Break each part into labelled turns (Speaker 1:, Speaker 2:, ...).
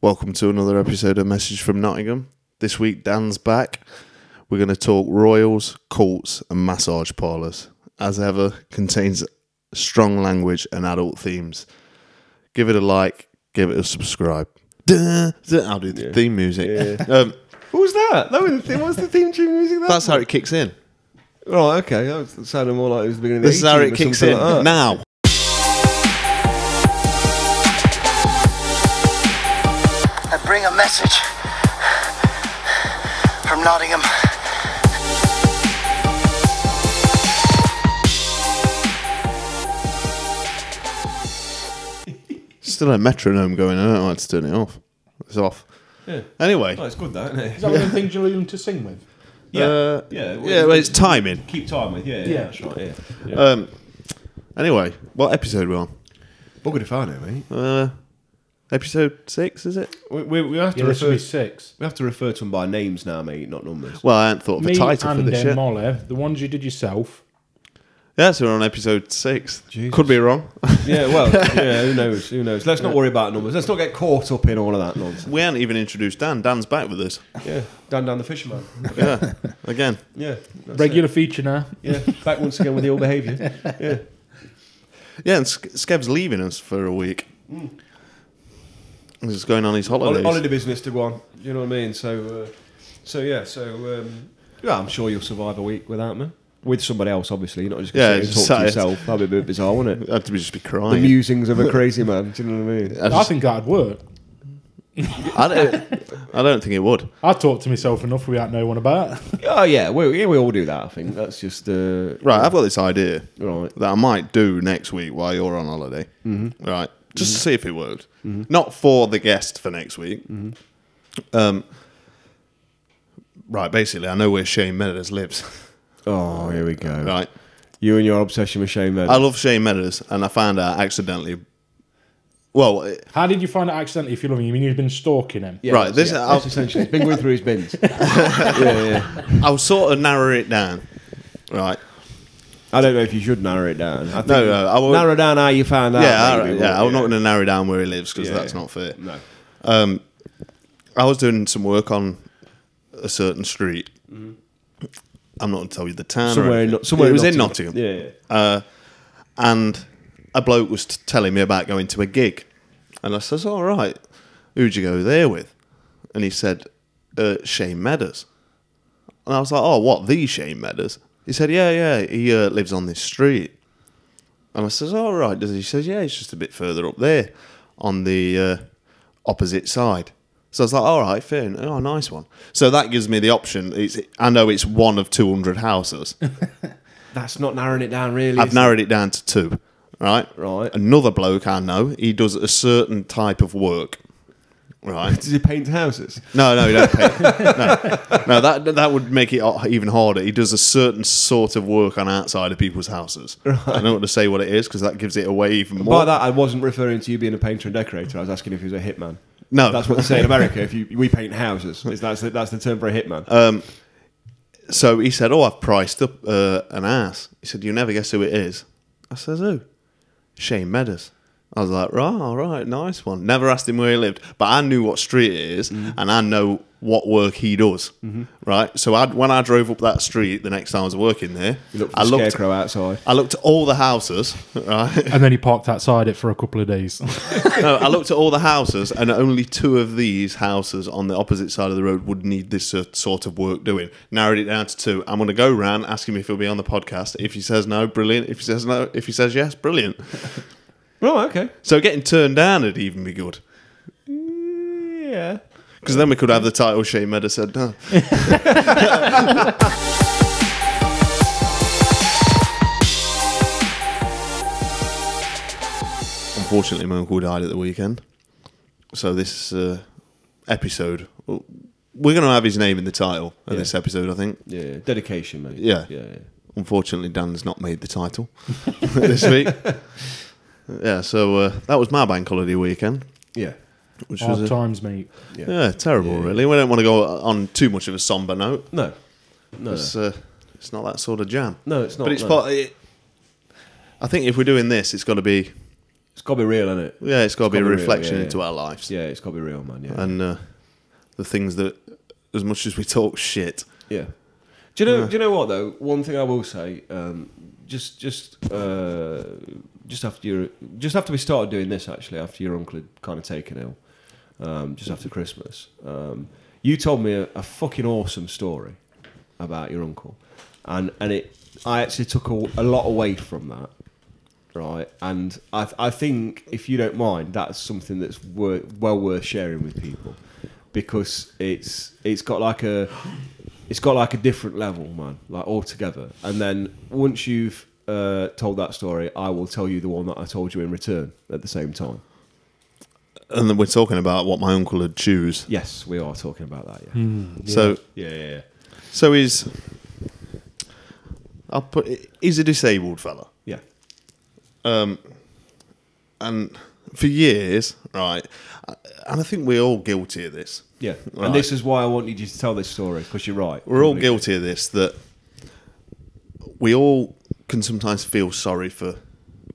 Speaker 1: Welcome to another episode of Message from Nottingham. This week, Dan's back. We're going to talk royals, cults, and massage parlours. As ever, contains strong language and adult themes. Give it a like, give it a subscribe. Duh, duh. I'll do the theme music. Um,
Speaker 2: What was that? That was the theme, what was the theme tune music. That?
Speaker 1: that's how it kicks in.
Speaker 2: right. Okay, that, was, that sounded more like it was the beginning. Of the
Speaker 1: This is how
Speaker 2: 80s
Speaker 1: it
Speaker 2: or
Speaker 1: kicks
Speaker 2: something
Speaker 1: in
Speaker 2: Like that.
Speaker 1: now.
Speaker 3: I bring a message from Nottingham.
Speaker 1: Still a metronome going. I don't know how to turn it off. It's off.
Speaker 2: Yeah.
Speaker 1: Anyway,
Speaker 2: Oh, it's good, though, isn't it?
Speaker 4: Is that one of the things you learn to sing with?
Speaker 2: yeah.
Speaker 1: uh,
Speaker 2: yeah. well,
Speaker 1: yeah, well, it's timing.
Speaker 2: keep time with. Yeah. Yeah.
Speaker 4: Yeah.
Speaker 2: That's right. Yeah.
Speaker 1: Um, anyway, what episode we're on?
Speaker 2: Buggered if I know, mate.
Speaker 1: Uh, episode six, is it?
Speaker 2: We, we, we have to
Speaker 4: Yeah, this will
Speaker 2: refer.
Speaker 4: be six.
Speaker 2: We have to refer to them by names now, mate, not numbers.
Speaker 1: Well, I hadn't thought of a
Speaker 4: Me
Speaker 1: title for
Speaker 4: and
Speaker 1: this
Speaker 4: then
Speaker 1: yet.
Speaker 4: Molly, the ones you did yourself.
Speaker 1: Yeah, so we're on episode six.
Speaker 2: Jesus.
Speaker 1: Could be wrong.
Speaker 2: yeah. Well. Yeah. Who knows? Who knows? Let's not worry about numbers. Let's not get caught up in all of that nonsense.
Speaker 1: we haven't even introduced Dan. Dan's back with us.
Speaker 2: Yeah. Dan, down the fisherman.
Speaker 1: Yeah, again.
Speaker 2: Yeah. that's it.
Speaker 4: Regular feature now.
Speaker 2: Yeah. Back once again with the old behaviour. Yeah.
Speaker 1: Yeah, and Ske- Skev's leaving us for a week. He's going on his
Speaker 2: holiday,
Speaker 1: holidays.
Speaker 2: holiday business to go on. You know what I mean? So, uh, so yeah. So, um, yeah, I'm sure you'll survive a week without me. With somebody else, obviously. You're not just
Speaker 1: Yeah,
Speaker 2: going to
Speaker 1: just
Speaker 2: talk to
Speaker 1: sat-
Speaker 2: yourself. That'd be a bit bizarre, wouldn't it?
Speaker 1: I'd be just be
Speaker 2: The
Speaker 1: crying.
Speaker 2: musings of a crazy man. Do you know what I mean?
Speaker 1: I,
Speaker 4: I
Speaker 1: just-
Speaker 4: think that'd work.
Speaker 1: I don't, I don't think it would.
Speaker 4: I talk to myself enough without no one about.
Speaker 2: Oh yeah, we, yeah, we all do that. I think that's just uh,
Speaker 1: Right, I've got this idea
Speaker 2: right.
Speaker 1: that I might do next week while you're on holiday. Mm-hmm. Right, just to see if it worked.
Speaker 2: Mm-hmm.
Speaker 1: Not for the guest for next week. Um, right, basically, I know where Shane Meadows lives.
Speaker 2: Oh, here we go.
Speaker 1: right,
Speaker 2: You and your obsession with Shane Meadows.
Speaker 1: I love Shane Meadows, and I found out accidentally. Well, it-
Speaker 4: How did you find out accidentally if you're loving him? You mean you've been stalking him?
Speaker 2: Yeah,
Speaker 1: right, this-
Speaker 2: yeah,
Speaker 1: I'll-
Speaker 2: that's essentially he's been going through his bins. yeah, yeah.
Speaker 1: I'll sort of narrow it down. Right,
Speaker 2: I don't know if you should narrow it down. I think
Speaker 1: No, no, I won't-
Speaker 2: narrow down how you found out.
Speaker 1: yeah, all right,
Speaker 2: Ah, maybe,
Speaker 1: yeah.
Speaker 2: wouldn't
Speaker 1: I'm
Speaker 2: you?
Speaker 1: not going to narrow down where he lives because
Speaker 2: Yeah,
Speaker 1: that's
Speaker 2: yeah.
Speaker 1: not fair.
Speaker 2: No.
Speaker 1: Um, I was doing some work on a certain street. I'm not going to tell you the town. or
Speaker 2: Mm-hmm. Somewhere, in,
Speaker 1: anything.
Speaker 2: Not- somewhere
Speaker 1: it was in Nottingham,
Speaker 2: Yeah, yeah.
Speaker 1: uh, and a bloke was t- telling me about going to a gig, and I says, "All right, who'd you go there with?" And he said, uh, "Shane Meadows," and I was like, "Oh, what the Shane Meadows?" He said, "Yeah, yeah, he uh, lives on this street." And I says, "All right." Does he He says, "Yeah, it's just a bit further up there, on the uh, opposite side." So I was like, "All right, fair. en- Oh, nice one." So that gives me the option. It's I know it's one of two hundred houses.
Speaker 2: That's not narrowing it down, really.
Speaker 1: I've
Speaker 2: is it?
Speaker 1: narrowed it down to two. Right,
Speaker 2: Right.
Speaker 1: Another bloke I know, he does a certain type of work. Right?
Speaker 2: Does he paint houses?
Speaker 1: No, no, he don't paint. no, no, that that would make it even harder. He does a certain sort of work on outside of people's houses. I don't want to say what it is because that gives it away even more.
Speaker 2: By that, I wasn't referring to you being a painter and decorator. I was asking if he was a hitman.
Speaker 1: No.
Speaker 2: that's what they say in America. If you we paint houses, It's- that's the, that's the term for a hitman.
Speaker 1: Uh, so he said, "Oh, I've priced up uh, an ass." He said, "You never guess who it is." I says, "Who?" Shane Meadows. I was like, "Right, all right, nice one." Never asked him where he lived, but I knew what street it is, and I know what work he does. Right. So I, when I drove up that street the next time I was working there,
Speaker 2: you look for
Speaker 1: I
Speaker 2: the
Speaker 1: looked.
Speaker 2: scarecrow outside.
Speaker 1: I looked at all the houses, right?
Speaker 4: And then he parked outside it for a couple of days.
Speaker 1: no, I looked at all the houses, and only two of these houses on the opposite side of the road would need this uh, sort of work doing. Narrowed it down to two. I'm going to go round, ask him if he'll be on the podcast. If he says no, brilliant. If he says no, if he says yes, brilliant.
Speaker 2: Right, Oh, okay.
Speaker 1: So getting turned down would even be good.
Speaker 2: Yeah.
Speaker 1: Because then we could have the title Shane Meadows said no. Unfortunately, my uncle died at the weekend. So this uh, episode, we're going to have his name in the title of
Speaker 2: Yeah.
Speaker 1: this episode, I think.
Speaker 2: Yeah, dedication, mate.
Speaker 1: Yeah.
Speaker 2: yeah. yeah.
Speaker 1: Unfortunately, Dan's not made the title this week. Yeah, so uh, that was my bank holiday weekend,
Speaker 2: Yeah.
Speaker 1: which was
Speaker 4: Hard
Speaker 1: a-
Speaker 4: times, mate.
Speaker 2: Yeah.
Speaker 1: yeah, terrible, really. We don't want to go on too much of a somber note.
Speaker 2: No, no,
Speaker 1: It's, uh, it's not that sort of jam.
Speaker 2: no. It's not.
Speaker 1: but it's
Speaker 2: no.
Speaker 1: part. It, I think if we're doing this, it's got to be
Speaker 2: It's got to be real, isn't it?
Speaker 1: Yeah, it's got to be a
Speaker 2: gotta be real,
Speaker 1: reflection
Speaker 2: yeah.
Speaker 1: into our lives
Speaker 2: Yeah, it's got to be real, man. Yeah.
Speaker 1: and uh, the things that, as much as we talk shit,
Speaker 2: Yeah. Do you know? Do you know what though? One thing I will say, um, just just uh, just after you, just after we started doing this, actually, after your uncle had kind of taken ill, um, just after Christmas, um, you told me a, a fucking awesome story about your uncle, and and it, I actually took a, a lot away from that. Right, and I, th- I think if you don't mind, that's something that's wor- well worth sharing with people, because it's it's got like a it's got like a different level, man, like altogether. And then once you've uh, told that story, I will tell you the one that I told you in return at the same time.
Speaker 1: and then we're talking about what my uncle would choose.
Speaker 2: Yes, we are talking about that. Yeah,
Speaker 1: So,
Speaker 2: yeah, yeah. yeah.
Speaker 1: so he's, I'll put, it- he's a disabled fella.
Speaker 2: yeah.
Speaker 1: and for years, right, and I think we're all guilty of this.
Speaker 2: Yeah,
Speaker 1: Right.
Speaker 2: and this is why I wanted you to tell this story because you're right.
Speaker 1: We're all
Speaker 2: Completely.
Speaker 1: guilty of this that we all can sometimes feel sorry for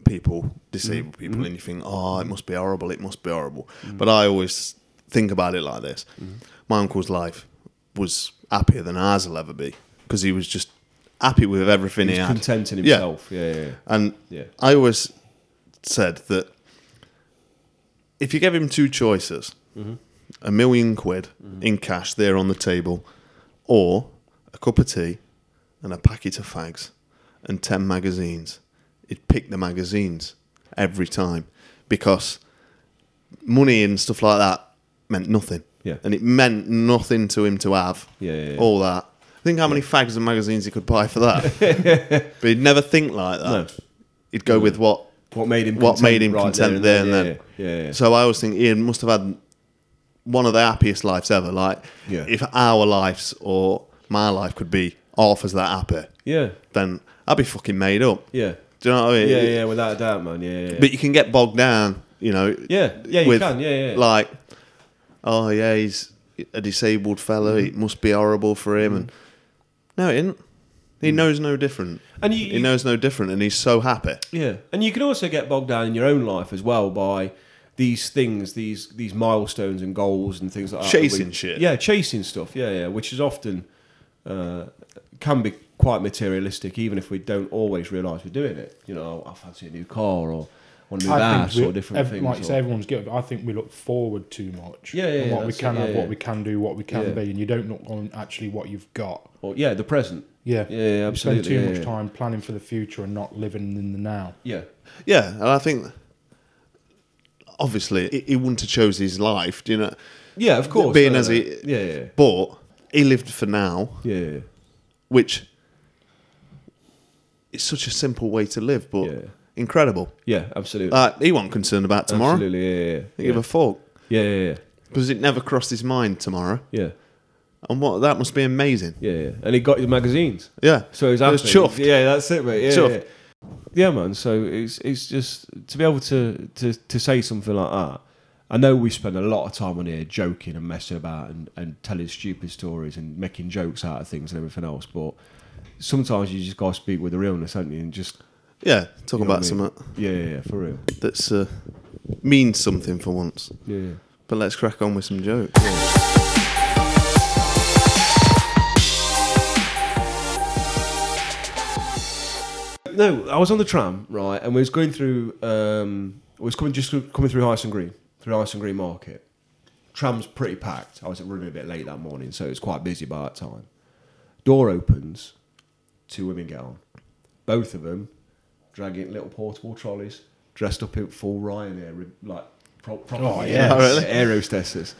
Speaker 1: people,
Speaker 2: Mm-hmm.
Speaker 1: disabled people, and you think, oh, it must be horrible, it must be horrible. But I always think about it like this
Speaker 2: Mm-hmm.
Speaker 1: my uncle's life was happier than ours will ever be because he was just happy with everything he,
Speaker 2: He's
Speaker 1: had.
Speaker 2: content in
Speaker 1: Yeah.
Speaker 2: himself. Yeah, yeah, yeah.
Speaker 1: And
Speaker 2: Yeah.
Speaker 1: I always said that if you give him two choices, a million quid in cash there on the table, or a cup of tea and a packet of fags and 10 magazines, he'd pick the magazines every time because money and stuff like that meant nothing.
Speaker 2: Yeah.
Speaker 1: And it meant nothing to him to have
Speaker 2: Yeah, yeah, yeah.
Speaker 1: all that. Think how many fags and magazines he could buy for that. But he'd never think like that.
Speaker 2: No. Mm.
Speaker 1: He'd go with what
Speaker 2: What made him?
Speaker 1: what
Speaker 2: content
Speaker 1: made him
Speaker 2: right
Speaker 1: content there and then.
Speaker 2: Yeah, yeah, yeah. yeah.
Speaker 1: So I always think Ian must have had one of the happiest lives ever. Like
Speaker 2: Yeah.
Speaker 1: if our lives or my life could be half as that happy,
Speaker 2: yeah,
Speaker 1: then I'd be fucking made up.
Speaker 2: yeah,
Speaker 1: Do you know what I mean?
Speaker 2: yeah, yeah, without a doubt, man. Yeah, yeah, yeah.
Speaker 1: But you can get bogged down, you know.
Speaker 2: Yeah, yeah, you can, yeah, yeah.
Speaker 1: Like, oh yeah, he's a disabled fellow.
Speaker 2: Mm-hmm.
Speaker 1: It must be horrible for him. And no, it isn't.
Speaker 2: Mm.
Speaker 1: He knows no different.
Speaker 2: And you-
Speaker 1: he knows no different, and he's so happy.
Speaker 2: Yeah, and you can also get bogged down in your own life as well by these things, these these milestones and goals and things like that. that
Speaker 1: Chasing shit.
Speaker 2: Yeah, chasing stuff. Yeah, yeah, which is often uh, can be quite materialistic, even if we don't always realise we're doing it. You know, oh, I fancy a new car or want to move
Speaker 4: I
Speaker 2: house
Speaker 4: think
Speaker 2: or
Speaker 4: we-
Speaker 2: different
Speaker 4: ev-
Speaker 2: things.
Speaker 4: Like you
Speaker 2: or-
Speaker 4: say, everyone's guilty, but I think we look forward too much.
Speaker 2: Yeah, yeah,
Speaker 4: on
Speaker 2: yeah,
Speaker 4: what we
Speaker 2: that's it,
Speaker 4: can
Speaker 2: yeah,
Speaker 4: have,
Speaker 2: yeah.
Speaker 4: what we can do, what we can
Speaker 2: Yeah.
Speaker 4: be, and you don't look on actually what you've got.
Speaker 2: or, yeah, the present.
Speaker 4: Yeah,
Speaker 2: yeah, yeah
Speaker 4: You spend
Speaker 2: absolutely.
Speaker 4: too
Speaker 2: yeah,
Speaker 4: much
Speaker 2: yeah.
Speaker 4: time planning for the future and not living in the now.
Speaker 2: Yeah,
Speaker 1: Yeah, and I think obviously he- he wouldn't have chose his life, do you know?
Speaker 2: yeah, of course.
Speaker 1: Being
Speaker 2: no,
Speaker 1: as
Speaker 2: no.
Speaker 1: he-
Speaker 2: yeah, yeah,
Speaker 1: But he lived for now,
Speaker 2: yeah, yeah, yeah.
Speaker 1: which is such a simple way to live, but
Speaker 2: Yeah.
Speaker 1: incredible.
Speaker 2: yeah absolutely.
Speaker 1: Like he wasn't concerned about Uh, tomorrow.
Speaker 2: Absolutely. Yeah, yeah,
Speaker 1: He
Speaker 2: yeah.
Speaker 1: give a fuck
Speaker 2: yeah, yeah, yeah,
Speaker 1: because it never crossed his mind tomorrow.
Speaker 2: yeah,
Speaker 1: And what that must be amazing.
Speaker 2: yeah, yeah. And he got his magazines.
Speaker 1: Yeah.
Speaker 2: So he's
Speaker 1: He
Speaker 2: happy.
Speaker 1: was chuffed.
Speaker 2: Yeah, that's it, mate. Yeah,
Speaker 1: Chuffed.
Speaker 2: yeah. yeah, man. So it's it's just to be able to, to to say something like that. I know we spend a lot of time on here joking and messing about and, and telling stupid stories and making jokes out of things and everything else, but sometimes you just gotta speak with the realness, haven't you? And just
Speaker 1: Yeah. Talking
Speaker 2: you know
Speaker 1: about
Speaker 2: what I mean?
Speaker 1: something
Speaker 2: Yeah, yeah, yeah, for real.
Speaker 1: that's uh, means something for once.
Speaker 2: Yeah, yeah.
Speaker 1: But let's crack on with some jokes.
Speaker 2: No, I was on the tram, right, and we was going through. Um, we was coming just coming through High and Green, through High and Green Market. Tram's pretty packed. I was running a bit late that morning, so it was quite busy by that time. Door opens, two women get on, both of them dragging little portable trolleys, dressed up in full Ryanair, re- like pro- proper
Speaker 4: Oh,
Speaker 1: yeah. Really?
Speaker 2: aerostesses.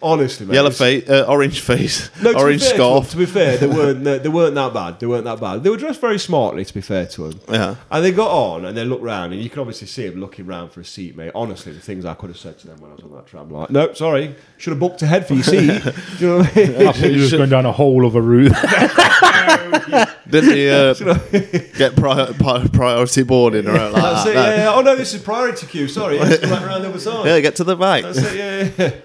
Speaker 2: Honestly, mate,
Speaker 1: Yellow
Speaker 2: it's-
Speaker 1: face, uh, orange face,
Speaker 2: no, to
Speaker 1: orange
Speaker 2: be fair,
Speaker 1: scarf.
Speaker 2: To, to be fair, they weren't they, they weren't that bad. They weren't that bad. They were dressed very smartly. To be fair to them,
Speaker 1: Yeah.
Speaker 2: And they got on and they looked round, and you could obviously see them looking round for a seat, mate. Honestly, the things I could have said to them when I was on that tram, like, nope, sorry, should have booked ahead for your seat. Do you know what I mean?
Speaker 4: I think you're just going down a whole other route.
Speaker 1: Didn't he uh, get pri- pri- priority boarding or anything like
Speaker 2: That's
Speaker 1: that?
Speaker 2: it.
Speaker 1: Ah, No.
Speaker 2: Yeah, yeah. Oh no, this is priority queue. Sorry, it's right round the other side.
Speaker 1: Yeah, get to the right.
Speaker 2: That's it. Yeah, yeah, yeah.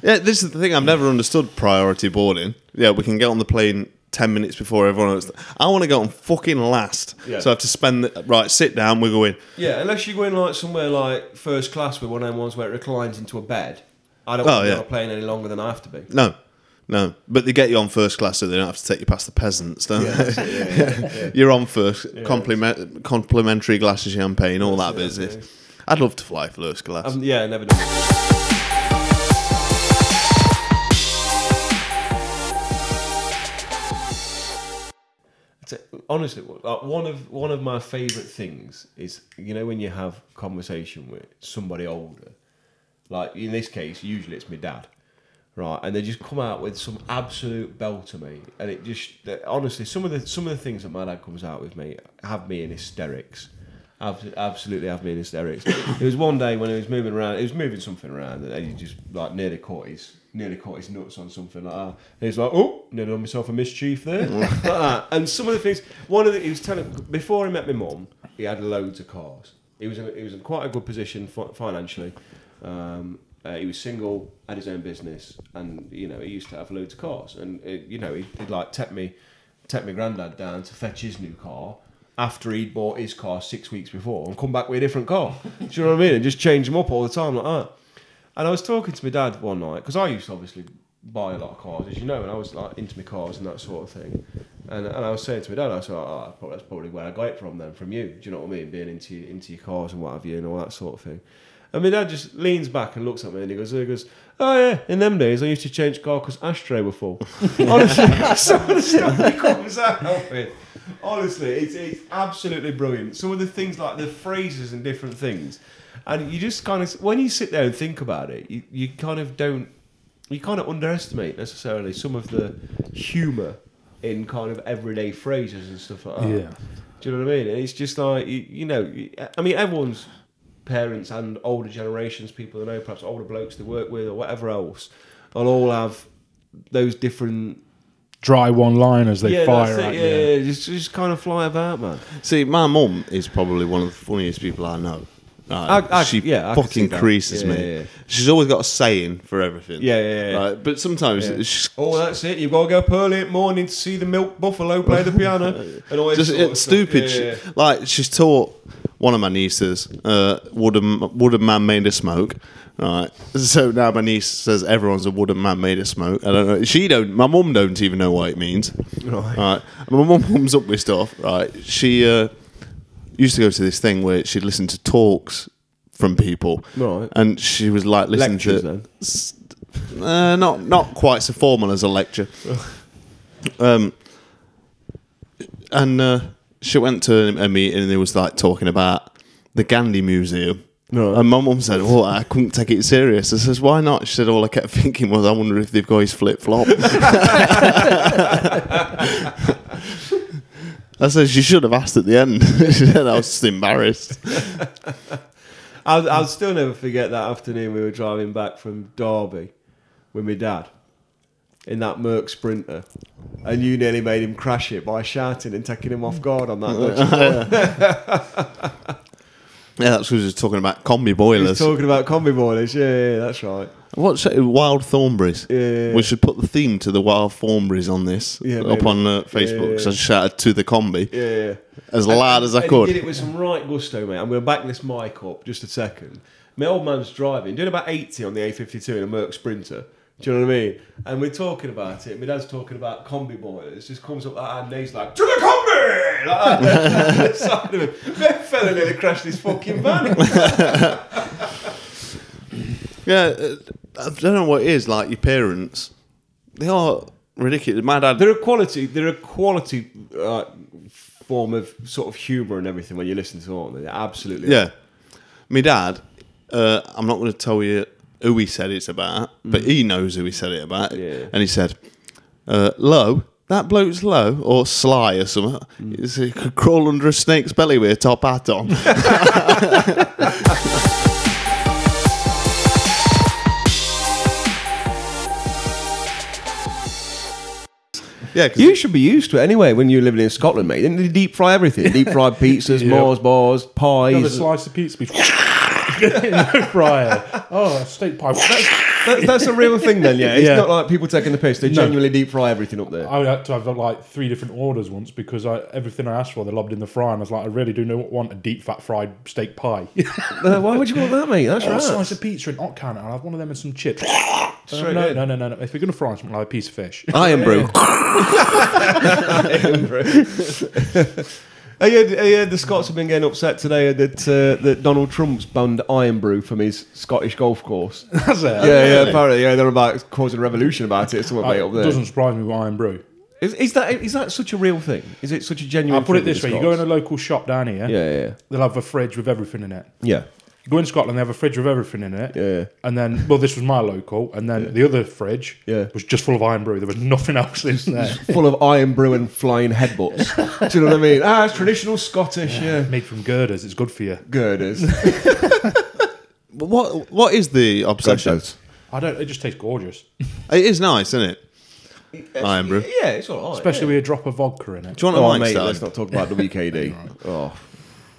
Speaker 1: Yeah, this is the thing I've never understood priority boarding. Yeah, we can get on the plane ten minutes before everyone else. I want to go on fucking last,
Speaker 2: Yeah.
Speaker 1: so I have to spend the, right. Sit down. We're going.
Speaker 2: Yeah, unless you go in like somewhere like first class with one of them ones where it reclines into a bed. I don't
Speaker 1: Oh,
Speaker 2: want to
Speaker 1: yeah.
Speaker 2: be on a plane any longer than I have to be.
Speaker 1: No, no. But they get you on first class, so they don't have to take you past the peasants, don't they? You're on first, compliment, complimentary glass of champagne, all that
Speaker 2: That's it,
Speaker 1: business. I'd love to fly first class.
Speaker 2: Um, yeah, never done. it. It's a- Honestly, like one of one of my favourite things is you know when you have conversation with somebody older, like in this case, usually it's my dad, right? And they just come out with some absolute belter, mate. And it just that- honestly, some of the some of the things that my dad comes out with me have me in hysterics. Abs- Absolutely, have me in hysterics. it was one day when he was moving around. He was moving something around, and he just like nearly caught his nearly caught his nuts on something like that. And he was like, "Oh, nearly done myself a mischief there." Like that. And some of the things, one of the he was telling before he met my mum, he had loads of cars. He was in, he was in quite a good position fi- financially. Um, uh, he was single, had his own business, and you know he used to have loads of cars. And uh, you know he'd, he'd like take me, take my granddad down to fetch his new car after he'd bought his car six weeks before and come back with a different car. Do you know what I mean? And just change them up all the time like that. And I was talking to my dad one night because I used to obviously buy a lot of cars, as you know, and I was like into my cars and that sort of thing. And, and I was saying to my dad, I said, oh, that's probably- that's probably where I got it from then, from you. Do you know what I mean? Being into into your cars and what have you and all that sort of thing. And my dad just leans back and looks at me and he goes, he goes, oh yeah, in them days I used to change car because ashtray were full. Honestly, some of the stuff he comes out with. Honestly, it's, it's absolutely brilliant. Some of the things like the phrases and different things. And you just kind of, when you sit there and think about it, you, you kind of don't, you kind of underestimate necessarily some of the humour in kind of everyday phrases and stuff like that.
Speaker 4: Yeah.
Speaker 2: Do you know what I mean? And it's just like, you, you know, you- I mean, everyone's parents and older generations, people they know, perhaps older blokes they work with or whatever else, will all have those different.
Speaker 4: Dry one-liners they
Speaker 2: yeah,
Speaker 4: fire
Speaker 2: that's it,
Speaker 4: at
Speaker 2: yeah,
Speaker 4: you.
Speaker 2: yeah, Just, just kind of fly about, man.
Speaker 1: See, my mum is probably one of the funniest people I know. Like,
Speaker 2: I- I-
Speaker 1: she
Speaker 2: yeah, I can see
Speaker 1: fucking
Speaker 2: that.
Speaker 1: creases
Speaker 2: Yeah,
Speaker 1: me.
Speaker 2: yeah, yeah.
Speaker 1: She's always got a saying for everything.
Speaker 2: Yeah, yeah, yeah.
Speaker 1: Like, but sometimes
Speaker 2: Yeah.
Speaker 1: she's
Speaker 2: Oh, that's it. You've got to go up early in the morning to see the milk buffalo play the piano. And all this
Speaker 1: just
Speaker 2: sort of
Speaker 1: it's
Speaker 2: stuff.
Speaker 1: stupid.
Speaker 2: Yeah, yeah,
Speaker 1: She- Like she's taught one of my nieces, uh, wooden wooden man made of smoke. Right, so now my niece says everyone's a wooden man made of smoke. I don't know. She don't. My mum don't even know what it means.
Speaker 2: Right.
Speaker 1: Right. And My mum comes up with stuff. Right. She uh, used to go to this thing where she'd listen to talks from people.
Speaker 2: Right.
Speaker 1: And she was like listening
Speaker 2: Lectures,
Speaker 1: to
Speaker 2: then?
Speaker 1: S- uh, not not quite so formal as a lecture. Um, and uh, she went to a meeting and they was like talking about the Gandhi Museum.
Speaker 2: Right.
Speaker 1: And my mum said, "Oh, I couldn't take it serious." I says, "Why not?" She said, "All I kept thinking was, I wonder if they've got his flip flop." I says, "You should have asked at the end." she said, "I was just embarrassed."
Speaker 2: yeah. I'll, I'll still never forget that afternoon we were driving back from Derby with my dad in that Merc Sprinter. And you nearly made him crash it by shouting and taking him off guard on that. dodgy
Speaker 1: Yeah, that's because we was talking about combi
Speaker 2: He's
Speaker 1: boilers.
Speaker 2: talking about combi boilers. Yeah, yeah, yeah, that's right.
Speaker 1: What's it? Wild Thornberries.
Speaker 2: Yeah.
Speaker 1: We should put the theme to the Wild Thornberries on this
Speaker 2: Yeah,
Speaker 1: up
Speaker 2: maybe.
Speaker 1: on uh, Facebook because I shouted to the combi
Speaker 2: Yeah, yeah.
Speaker 1: as loud as I
Speaker 2: and
Speaker 1: could.
Speaker 2: He did it with some right gusto, mate. I'm going to back this mic up just a second. My old man's driving, doing about 80 on the A52 in a Merc Sprinter. Do you know what I mean? And we're talking about it. My dad's talking about combi boilers. Just comes up like, and he's like, to the combi! Like that. Side of him. That fella nearly crashed his fucking van.
Speaker 1: Yeah, uh, I don't know what it is. Like your parents, they are ridiculous. My dad,
Speaker 2: They're a quality. They're a quality uh, form of sort of humour and everything when you listen to them. aren't they? They Absolutely.
Speaker 1: yeah, my dad. Uh, I'm not going to tell you who he said it's about, but he knows who he said it about.
Speaker 2: Yeah.
Speaker 1: And he said, uh, "Low." That bloke's low or sly or something. He said, He could crawl under a snake's belly with a top hat on. yeah, 'cause
Speaker 2: You should be used to it anyway when you're living in Scotland, mate. Didn't they deep fry everything? Deep fried pizzas, Mars bars,
Speaker 4: Another
Speaker 2: pies.
Speaker 4: slice of pizza be in the fryer. Oh, a steak pie. That's,
Speaker 2: That's, that's a real thing then, yeah. It's
Speaker 4: Yeah.
Speaker 2: not like people taking the piss. They genuinely deep fry everything up there.
Speaker 4: I had to have like three different orders once because I, everything I asked for, they lobbed in the fryer, and I was like, I really do not want a deep fat fried steak pie.
Speaker 2: Uh, why would you want that, mate? That's
Speaker 4: Or a
Speaker 2: right.
Speaker 4: Oh, slice of pizza and Otcan, and I'll have one of them and some chips.
Speaker 2: Straight
Speaker 4: no,
Speaker 2: in.
Speaker 4: no, no, no, no. If you're going to fry something like a piece of fish,
Speaker 1: Iron brew.
Speaker 2: I heard, I heard the Scots have been getting upset today that uh, that Donald Trump's banned Iron Brew from his Scottish golf course.
Speaker 4: that's it.
Speaker 2: yeah, yeah, apparently, yeah, they're about causing a revolution about it. Someone
Speaker 4: Uh,
Speaker 2: made up there.
Speaker 4: doesn't surprise me with iron brew.
Speaker 2: Is, is that is that such a real thing? Is it such a genuine?
Speaker 4: I'll put it
Speaker 2: thing with
Speaker 4: this
Speaker 2: the
Speaker 4: way: you go in a
Speaker 2: Scots?
Speaker 4: local shop down here,
Speaker 2: yeah, yeah,
Speaker 4: they'll have a fridge with everything in it.
Speaker 2: yeah,
Speaker 4: You go in Scotland, they have a fridge with everything in it.
Speaker 2: Yeah.
Speaker 4: And then, well, this was my local, and then the other fridge
Speaker 2: Yeah.
Speaker 4: was just full of iron brew. There was nothing else in there.
Speaker 2: yeah. full of Iron Brew and flying headbutts. Do you know what I mean? Ah, it's traditional Scottish. Yeah,
Speaker 4: Made from girders, it's good for you.
Speaker 2: girders.
Speaker 1: But what what is the obsession?
Speaker 2: Good
Speaker 4: I don't. It just tastes gorgeous,
Speaker 1: It is nice, isn't it? Iron brew. Do
Speaker 2: Yeah, it's all right.
Speaker 4: especially with a drop of vodka in it.
Speaker 1: you want a
Speaker 2: Oh,
Speaker 1: mic
Speaker 2: mate,
Speaker 1: stand?
Speaker 2: let's not talk about WKD. Oh,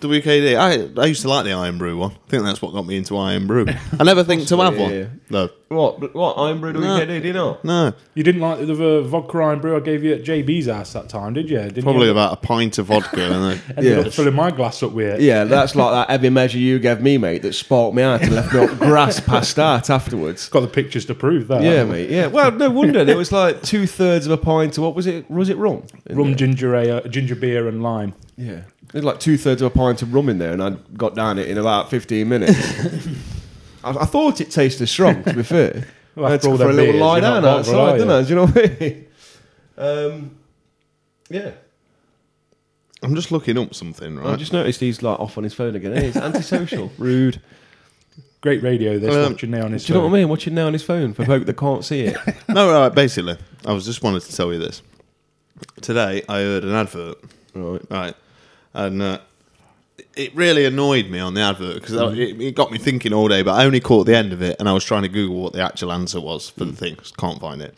Speaker 1: WKD. I I used to like the Iron Brew one. I think that's what got me into Iron Brew. I never think to have
Speaker 2: yeah.
Speaker 1: one. No,
Speaker 2: what? What? Iron Brew
Speaker 1: No.
Speaker 2: WKD? Do you know?
Speaker 1: no.
Speaker 4: You didn't like the uh, vodka iron brew I gave you at JB's house that time, did you? Didn't
Speaker 1: Probably
Speaker 4: You?
Speaker 1: about a pint of vodka and then
Speaker 4: Ended
Speaker 2: Yeah.
Speaker 4: up filling my glass up with it.
Speaker 2: Yeah, that's like that heavy measure you gave me, mate, that sparked me out and left me up grass past that afterwards. Um,
Speaker 4: Got the pictures to prove that.
Speaker 2: Yeah, mate. Yeah. Well, no wonder there was like two thirds of a pint. Of, what was it? Was it rum?
Speaker 4: Rum, ginger ale, ginger beer, and lime.
Speaker 2: Yeah. There's like two thirds of a pint of rum in there, and I got down it in about 15 minutes. I, I thought it tasted strong, to be fair.
Speaker 4: Well,
Speaker 2: I had
Speaker 4: after
Speaker 2: to
Speaker 4: all
Speaker 2: go for a
Speaker 4: them
Speaker 2: little
Speaker 4: beers,
Speaker 2: lie
Speaker 4: you're not
Speaker 2: down
Speaker 4: bothered,
Speaker 2: outside,
Speaker 4: are
Speaker 2: didn't
Speaker 4: you?
Speaker 2: I? Do you know what I mean? Um, yeah.
Speaker 1: I'm just looking up something,
Speaker 2: I
Speaker 1: right?
Speaker 2: just noticed he's like off on his phone again. He's antisocial, rude.
Speaker 4: Great radio. This
Speaker 1: Um,
Speaker 4: watching now on his.
Speaker 2: Do you know
Speaker 4: phone.
Speaker 2: what I mean? Watching now on his phone for folk that can't see it.
Speaker 1: No, right. Basically, I was just wanted to tell you this. Today, I heard an advert.
Speaker 2: Right.
Speaker 1: Right, and uh, it really annoyed me on the advert because it,
Speaker 2: Mm-hmm.
Speaker 1: it got me thinking all day. But I only caught the end of it, and I was trying to Google what the actual answer was
Speaker 2: Mm.
Speaker 1: for the thing. 'cause Can't find it.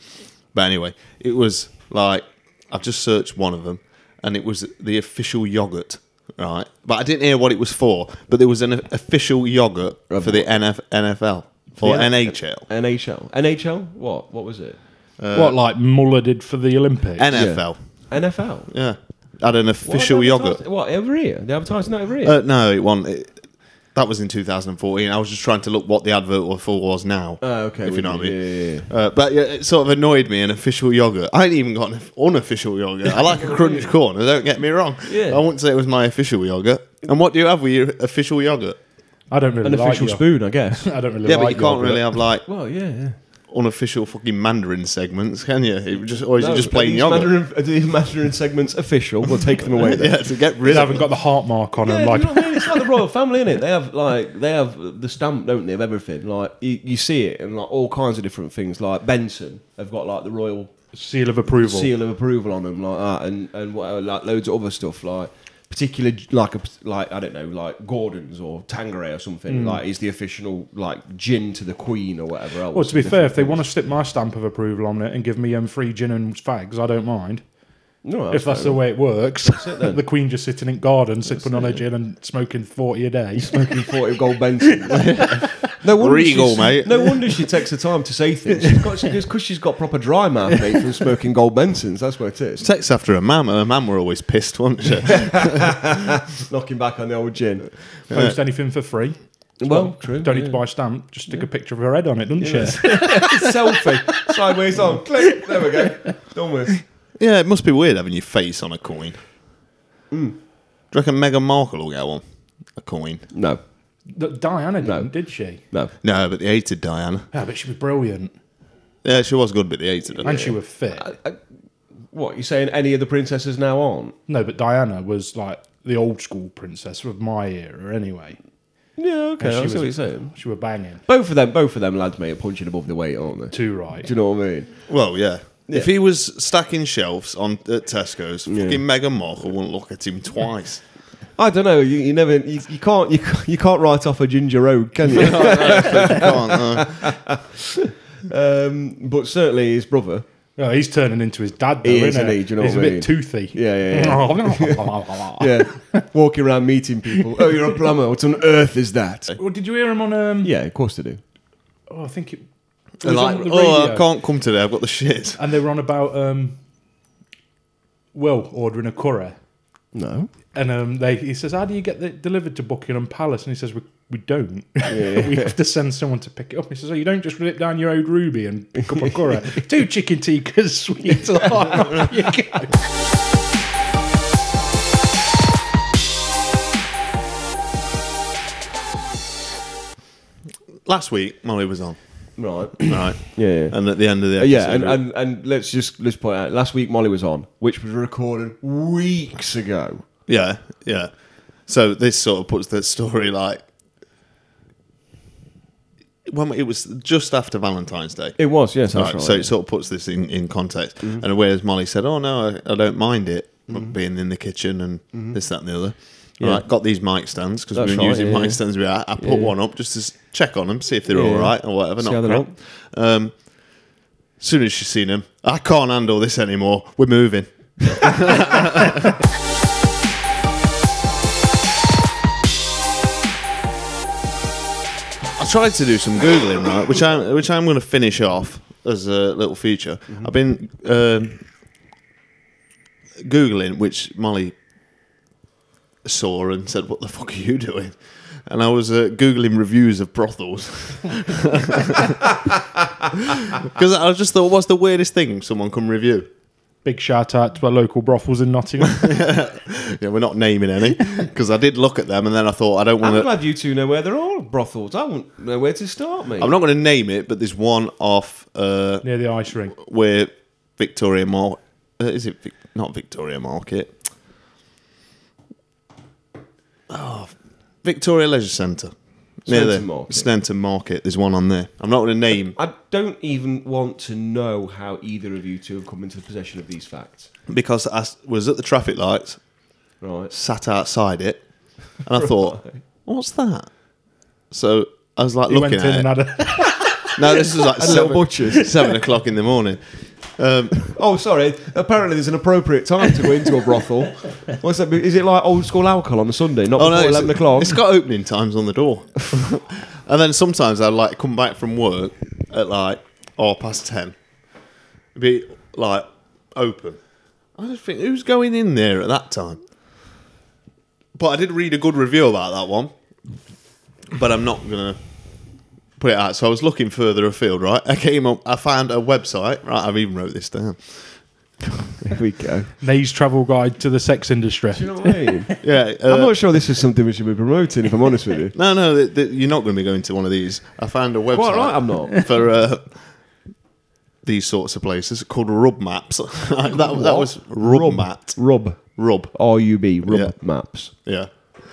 Speaker 1: But anyway, it was like I've just searched one of them, and it was the official yogurt. Right, but I didn't hear what it was for. But there was an official yogurt
Speaker 2: Of
Speaker 1: for the NF, NFL or
Speaker 2: Yeah.
Speaker 1: NHL,
Speaker 2: NHL. NHL? What? What was it?
Speaker 1: Uh,
Speaker 4: what like Muller did for the Olympics?
Speaker 1: NFL.
Speaker 2: NFL.
Speaker 1: Yeah. Had an
Speaker 2: Why
Speaker 1: official
Speaker 2: they advertise-
Speaker 1: yogurt.
Speaker 2: What, over here? They advertise that over here?
Speaker 1: Uh, no, it wasn't. It, that was in 2014. I was just trying to look what the advert was for was now.
Speaker 2: Oh, okay,
Speaker 1: If you
Speaker 2: with
Speaker 1: know
Speaker 2: you.
Speaker 1: what I mean.
Speaker 2: Yeah, yeah,
Speaker 1: Uh, but yeah, it sort of annoyed me, an official yogurt. I ain't even got an unofficial yogurt. I like a crunch corner, don't get me wrong.
Speaker 2: Yeah.
Speaker 1: I wouldn't say it was my official yogurt. And what do you have with your official yogurt?
Speaker 4: I don't
Speaker 2: An
Speaker 4: really like
Speaker 2: official
Speaker 4: your-
Speaker 2: spoon, I guess.
Speaker 4: I don't really
Speaker 1: Yeah,
Speaker 4: like
Speaker 1: but you can't
Speaker 4: yogurt.
Speaker 1: really have like
Speaker 2: well, yeah, yeah.
Speaker 1: unofficial fucking Mandarin segments, can you? It was just, or is it just plain yogurt?
Speaker 2: Mandarin, are these Mandarin segments official? We'll take them away then.
Speaker 1: Yeah, to get
Speaker 4: They
Speaker 1: rid of
Speaker 4: haven't got the heart mark on
Speaker 2: Yeah,
Speaker 4: them.
Speaker 2: do
Speaker 4: Like,
Speaker 2: you know what I mean? It's like the royal family, innit? They have like they have the stamp, don't they, of everything. Like you, you see it and like all kinds of different things. Like Benson, they've got like the royal
Speaker 4: seal of approval.
Speaker 2: seal of approval on them, like that, and and whatever, like loads of other stuff, like particular like a like I don't know, like Gordon's or Tangeray or something. Like is the official like gin to the Queen or whatever else.
Speaker 4: Well, to be fair,
Speaker 2: Different
Speaker 4: if they
Speaker 2: things.
Speaker 4: want to stick my stamp of approval on it and give me um, free gin and fags, I don't mind.
Speaker 2: no,
Speaker 4: if that's
Speaker 2: fair
Speaker 4: the way it works,
Speaker 2: it then.
Speaker 4: the Queen just sitting in garden, sipping on her gin and smoking forty a day.
Speaker 2: Looking forward to gold Benson. no
Speaker 1: Regal,
Speaker 2: she's-
Speaker 1: mate.
Speaker 2: No wonder she takes the time to say things. She's got because she's got proper dry mouth, mate, from smoking gold Bensons. That's what it is.
Speaker 1: Text after a mam, and a mam were always pissed, weren't she?
Speaker 2: Knocking back on the old gin.
Speaker 4: Post anything for free.
Speaker 2: Well, true.
Speaker 4: Don't need to buy a stamp. Just stick a picture of her head on it, doesn't she?
Speaker 2: selfie sideways on. Click. There we go. Done with.
Speaker 1: Yeah, it must be weird having your face on a coin.
Speaker 2: Hmm.
Speaker 1: Do you reckon Meghan Markle will get one? A coin?
Speaker 2: No,
Speaker 4: That Diana didn't,
Speaker 2: No.
Speaker 4: did she?
Speaker 2: no.
Speaker 1: No, but they hated Diana.
Speaker 4: Yeah, but she was brilliant
Speaker 1: Yeah, she was good, but they hated her.
Speaker 4: and she was fit.
Speaker 2: Uh, What you saying? Any of the princesses now aren't?
Speaker 4: No, but Diana was like the old school princess of my era, anyway.
Speaker 2: Yeah, okay.
Speaker 4: she
Speaker 2: I see
Speaker 4: was-
Speaker 2: what you're saying.
Speaker 4: She was banging.
Speaker 2: Both of them, both of them lads, mate, are punching above the weight, aren't they? Do
Speaker 4: Too right.
Speaker 2: you know what I mean?
Speaker 1: Well, yeah. If he was stacking shelves on at Tesco's, fucking Meghan Markle wouldn't look at him twice.
Speaker 2: I don't know. You, you never, you, you can't, you, ca- you can't write off a ginger road, can you?
Speaker 1: Can't, uh,
Speaker 2: um, but certainly his brother.
Speaker 4: Oh, he's turning into his dad, though,
Speaker 2: He is,
Speaker 4: isn't
Speaker 2: isn't he? Do you know
Speaker 4: he's
Speaker 2: what
Speaker 4: a
Speaker 2: I mean?
Speaker 4: bit toothy.
Speaker 2: Yeah, yeah, yeah.
Speaker 4: yeah.
Speaker 2: Yeah, walking around meeting people. Oh, you're a plumber. What on earth is that?
Speaker 4: Well, did you hear him on? Um,
Speaker 2: Yeah, of course they do.
Speaker 4: oh, I think it it was
Speaker 1: like,
Speaker 4: on the
Speaker 1: oh, I
Speaker 4: radio."
Speaker 1: can't come today. I've got the shit.
Speaker 4: and they were on about um, Will ordering a curry.
Speaker 2: No.
Speaker 4: And um, they, he says, "How do you get it delivered to Buckingham Palace?" And he says, "We, we don't. we have to send someone to pick it up." And he says, "Oh, you don't just rip down your old ruby and pick up a curry. Two chicken tikkas, sweet. Off you go."
Speaker 1: Last week, Molly was on.
Speaker 2: Right.
Speaker 1: Right.
Speaker 2: Yeah.
Speaker 1: And at the end of the
Speaker 2: Uh,
Speaker 1: episode,
Speaker 2: yeah, and, and, and let's just let's point out. Last week Molly was on, which was recorded weeks ago.
Speaker 1: yeah, yeah. So this sort of puts the story like when it was just after Valentine's Day.
Speaker 2: It was, yes, that's
Speaker 1: Right,
Speaker 2: right. Mm-hmm.
Speaker 1: so it sort of puts this in, in context. And whereas Molly said, "Oh no, I, I don't mind it being in the kitchen and this, that, and the other." All
Speaker 2: Mm-hmm. Yeah.
Speaker 1: right, got these mic stands because we've
Speaker 2: That's
Speaker 1: been
Speaker 2: right,
Speaker 1: using
Speaker 2: yeah,
Speaker 1: mic
Speaker 2: yeah.
Speaker 1: stands. We had. I put
Speaker 2: Yeah.
Speaker 1: one up just to s- check on them, see if they're
Speaker 2: Yeah.
Speaker 1: all right or whatever.
Speaker 2: See
Speaker 1: not
Speaker 2: how they're
Speaker 1: crap. Um, soon as she's seen them, I can't handle this anymore. We're moving. I tried to do some googling, right, which I'm which I'm going to finish off as a little feature.
Speaker 2: Mm-hmm.
Speaker 1: I've been um, googling, which Molly saw and said, "What the fuck are you doing?" And I was uh, googling reviews of brothels because I just thought, "What's the weirdest thing someone can review?"
Speaker 4: Big shout out to our local brothels in Nottingham.
Speaker 1: Yeah, we're not naming any because I did look at them and then I thought, "I don't
Speaker 2: I'm
Speaker 1: want to."
Speaker 2: glad you two know where they're all brothels. I wouldn't know where to start, mate.
Speaker 1: I'm not going to name it, but there's one off. Uh,
Speaker 4: near the ice rink.
Speaker 1: where Victoria Mar uh, is it Vic- not Victoria Market? Oh, Oh, Victoria Leisure Centre. Near
Speaker 2: Stenton
Speaker 1: there,
Speaker 2: Market.
Speaker 1: Stenton Market. There's one on there. I'm not going to name
Speaker 2: I don't even want to know how either of you two have come into possession of these facts.
Speaker 1: because I s- was at the traffic lights,
Speaker 2: Right.
Speaker 1: sat outside it, and I thought, "What's that?" So I was like
Speaker 4: He
Speaker 1: looking
Speaker 4: went in
Speaker 1: at it.
Speaker 4: and had a,
Speaker 1: no, this was like
Speaker 2: little
Speaker 1: seven,
Speaker 2: butchers.
Speaker 1: seven o'clock in the morning.
Speaker 2: Oh, sorry. Apparently, there's an appropriate time to go into a brothel. What's that? Is it like old school alcohol on a Sunday? Not
Speaker 1: Oh
Speaker 2: before
Speaker 1: no, it's-
Speaker 2: eleven o'clock.
Speaker 1: It's got opening times on the door, and then sometimes I like come back from work at like half past ten, It'd be like open. I just think who's going in there at that time? But I did read a good review about that one, but I'm not gonna put it out. So I was looking further afield, right? I came up, I found a website, right? I've even wrote this down.
Speaker 2: Here we go.
Speaker 4: Nay's travel guide to the sex industry.
Speaker 2: Do you know what I mean?
Speaker 1: Yeah, uh,
Speaker 2: I'm not sure this is something we should be promoting. If I'm honest with you.
Speaker 1: No, no, th- th- you're not going to be going to one of these. I found a website.
Speaker 2: Quite right, I'm not.
Speaker 1: for uh, these sorts of places called rub maps. that, that was rub, mat.
Speaker 2: Rub.
Speaker 1: Rub.
Speaker 2: R U B. Rub
Speaker 1: Yeah.
Speaker 2: maps.
Speaker 1: Yeah.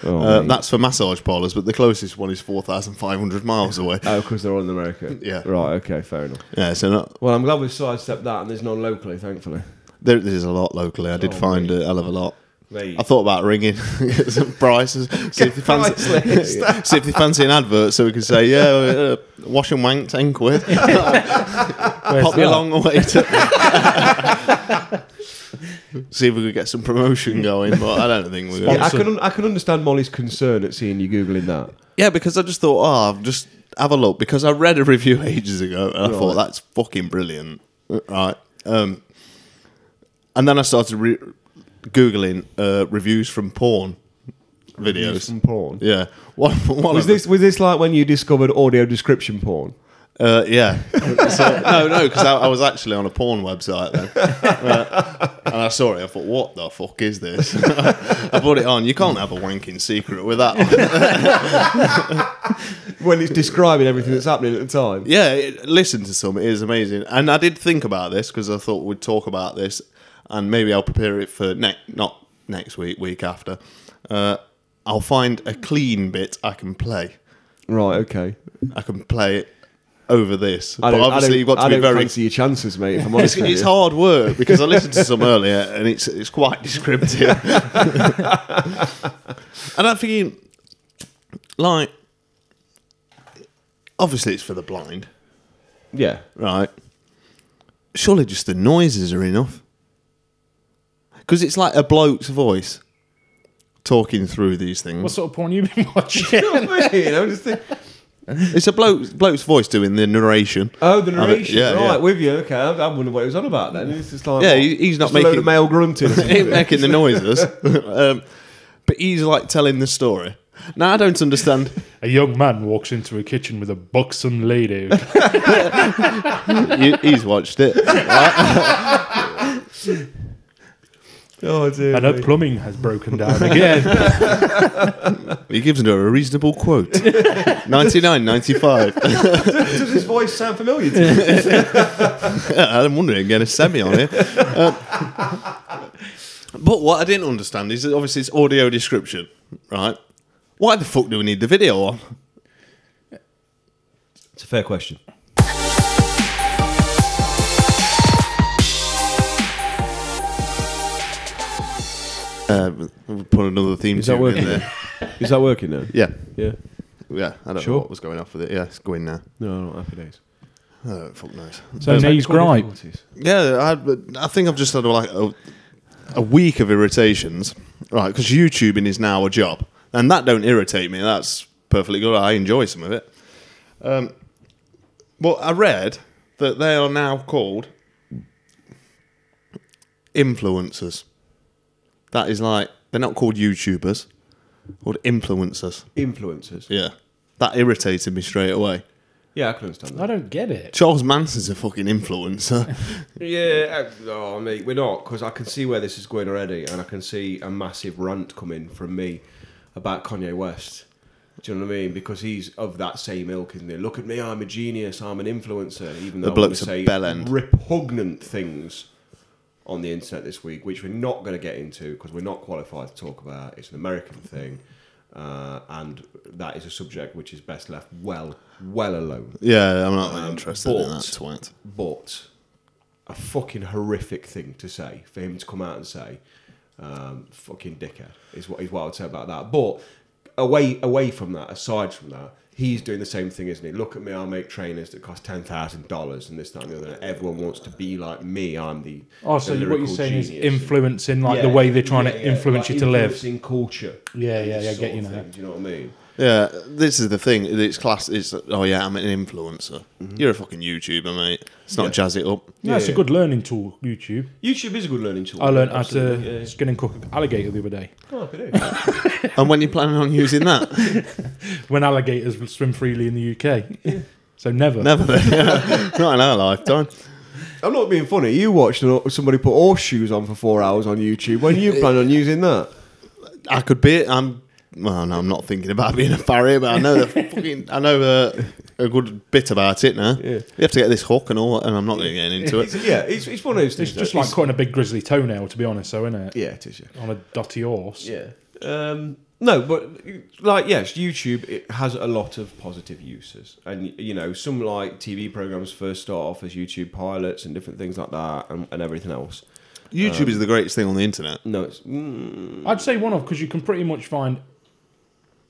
Speaker 2: Oh,
Speaker 1: uh,
Speaker 2: mate.
Speaker 1: that's for massage parlors, but the closest one is 4,500 miles away.
Speaker 2: Oh, because they're all in America.
Speaker 1: Yeah.
Speaker 2: Right. Okay. Fair enough.
Speaker 1: yeah, so not,
Speaker 2: Well, I'm glad we've sidestepped that, and there's none locally, thankfully.
Speaker 1: there, there's a lot locally. I did
Speaker 2: Oh,
Speaker 1: find
Speaker 2: mate.
Speaker 1: a hell of a lot.
Speaker 2: Mate.
Speaker 1: I thought about ringing get some prices, see if, they fancy,
Speaker 2: Price list.
Speaker 1: see if they fancy an advert so we can say, yeah, uh, wash and wank, 10 quid.
Speaker 4: Where's
Speaker 1: Pop me
Speaker 4: that?
Speaker 1: along the way to. See if we could get some promotion going, but I don't think we're
Speaker 2: Yeah,
Speaker 1: going
Speaker 2: I can un- I can understand Molly's concern at seeing you googling that.
Speaker 1: Yeah, because I just thought, oh, I'll just have a look because I read a review ages ago and I thought
Speaker 2: Right.
Speaker 1: that's fucking brilliant, right? Um, and then I started re- googling uh, reviews from porn
Speaker 2: Views
Speaker 1: videos.
Speaker 2: From porn.
Speaker 1: Yeah, one, one
Speaker 2: Was
Speaker 1: of them-
Speaker 2: this was this like when you discovered audio description porn?
Speaker 1: Uh, yeah. so, no, no, because I, I was actually on a porn website then. Uh, and I saw it. I thought, what the fuck is this? I put it on. You can't have a wanking secret with that. on.
Speaker 2: When it's describing everything that's happening at the time.
Speaker 1: yeah, it, listen to some. It is amazing. And I did think about this because I thought we'd talk about this and maybe I'll prepare it for next, not next week, week after. Uh, I'll find a clean bit I can play.
Speaker 2: Right. Okay.
Speaker 1: I can play it over this.
Speaker 2: I
Speaker 1: But
Speaker 2: don't, I
Speaker 1: obviously,
Speaker 2: don't,
Speaker 1: you've got
Speaker 2: I
Speaker 1: to be
Speaker 2: don't
Speaker 1: very
Speaker 2: fancy your chances, mate. If I'm honest
Speaker 1: It's,
Speaker 2: with
Speaker 1: it's
Speaker 2: you.
Speaker 1: hard work because I listened to some earlier and it's it's quite descriptive. and I'm thinking, like, obviously it's for the blind,
Speaker 2: Yeah.
Speaker 1: right? Surely just the noises are enough. Because it's like a bloke's voice talking through these things.
Speaker 4: What sort of porn you been watching?
Speaker 2: You know what I mean? I'm just think-
Speaker 1: It's a bloke, bloke's voice doing the narration.
Speaker 2: Oh, the
Speaker 1: of it.
Speaker 2: narration.
Speaker 1: Yeah,
Speaker 2: right,
Speaker 1: yeah.
Speaker 2: with you. Okay, I, I wonder what it was on about then. It's just like
Speaker 1: Yeah,
Speaker 2: what?
Speaker 1: he- he's not
Speaker 2: Just a load
Speaker 1: making-
Speaker 2: of male grunting.
Speaker 1: He ain't making the noises. um, but he's like telling the story. Now I don't understand.
Speaker 4: A young man walks into a kitchen with a buxom lady.
Speaker 1: You, he's watched it.
Speaker 2: oh dear.
Speaker 4: and her plumbing has broken down again.
Speaker 1: He gives her a reasonable quote. Ninety nine, ninety five.
Speaker 2: Does his voice sound familiar to you?
Speaker 1: I'm wondering again a semi on it. Um, but what I didn't understand is that obviously it's audio description, right? Why the fuck do we need the video on?
Speaker 2: it's a fair question.
Speaker 1: Um, we'll put another theme
Speaker 2: Is that
Speaker 1: tune in
Speaker 2: working?
Speaker 1: there.
Speaker 2: Is that working now?
Speaker 1: Yeah,
Speaker 2: Yeah.
Speaker 1: yeah. I don't
Speaker 2: Sure.
Speaker 1: know what was going off with it. Yeah, it's going now.
Speaker 2: No, not happy days.
Speaker 1: Oh, fuck knows.
Speaker 4: so Nate's gripe.
Speaker 1: Yeah, I, I think I've just had like a, a week of irritations, right? Because YouTubing is now a job, and that don't irritate me. That's perfectly good. I enjoy some of it. Um, but I read that they are now called influencers. That is like they're not called YouTubers, called influencers.
Speaker 2: Influencers.
Speaker 1: Yeah, that irritated me straight away.
Speaker 2: Yeah, I can understand that.
Speaker 4: I don't get it.
Speaker 1: Charles Manson's a fucking influencer.
Speaker 2: Yeah, uh, oh mate, we're not because I can see where this is going already, and I can see a massive rant coming from me about Kanye West. Do you know what I mean? Because he's of that same ilk, isn't he? Look at me, I'm a genius, I'm an influencer. Even though
Speaker 1: The bloke's a
Speaker 2: I'm gonna
Speaker 1: bellend.
Speaker 2: say repugnant things on the internet this week, which we're not going to get into because we're not qualified to talk about. It's an American thing, uh, and that is a subject which is best left well, well alone.
Speaker 1: yeah, I'm not interested in
Speaker 2: but-
Speaker 1: that twat.
Speaker 2: but a fucking horrific thing to say for him to come out and say, um, "Fucking dickhead" is what is what I would say about that. But away away from that, aside from that, he's doing the same thing, isn't he? Look at me, I make trainers that cost ten thousand dollars and this, that, and the other. And everyone wants to be like me. I'm the
Speaker 4: Oh, so
Speaker 2: the
Speaker 4: what
Speaker 2: lyrical
Speaker 4: you're saying is
Speaker 2: genius.
Speaker 4: influencing like the
Speaker 2: Yeah,
Speaker 4: way they're trying
Speaker 2: yeah,
Speaker 4: to
Speaker 2: yeah,
Speaker 4: influence
Speaker 2: like
Speaker 4: you to live.
Speaker 2: influencing culture.
Speaker 4: Yeah, yeah,
Speaker 2: This
Speaker 4: yeah, I
Speaker 2: sort
Speaker 4: get you
Speaker 2: of
Speaker 4: now.
Speaker 2: thing, Do you know what I mean?
Speaker 1: Yeah, this is the thing. It's class. It's oh yeah, I'm an influencer. You're a fucking YouTuber, mate. It's not jazz it up.
Speaker 4: No, it's a
Speaker 2: Yeah.
Speaker 4: good learning tool, YouTube.
Speaker 2: YouTube is a good learning tool.
Speaker 4: I learned how
Speaker 2: absolutely, yeah,
Speaker 4: to
Speaker 2: yeah.
Speaker 4: skin and cook an alligator the other day.
Speaker 2: Oh, happy days.
Speaker 1: and when you're planning on using that,
Speaker 4: When alligators will swim freely in the UK. so never.
Speaker 1: never. not in our lifetime.
Speaker 2: I'm not being funny. You watched an, somebody put horseshoes on for four hours on YouTube. When you plan on using that?
Speaker 1: I could be. I'm. Well, no, I'm not thinking about being a farrier, but I know the fucking. I know uh, a good bit about it now.
Speaker 2: Yeah.
Speaker 1: You have to get this hook and all, that, and I'm not really getting into it.
Speaker 2: yeah, it's, it's one of those things.
Speaker 4: It's just
Speaker 2: that-
Speaker 4: like cutting a big grizzly toenail, to be honest, though, isn't it?
Speaker 2: yeah, it is.
Speaker 4: On a dotty horse.
Speaker 2: Yeah, yeah. Um, no, but like yes, YouTube it has a lot of positive uses, and you know some like TV programs first start off as YouTube pilots and different things like that, and, and everything else.
Speaker 1: YouTube is the greatest thing on the internet.
Speaker 2: No, it's mm,
Speaker 4: I'd say one off because you can pretty much find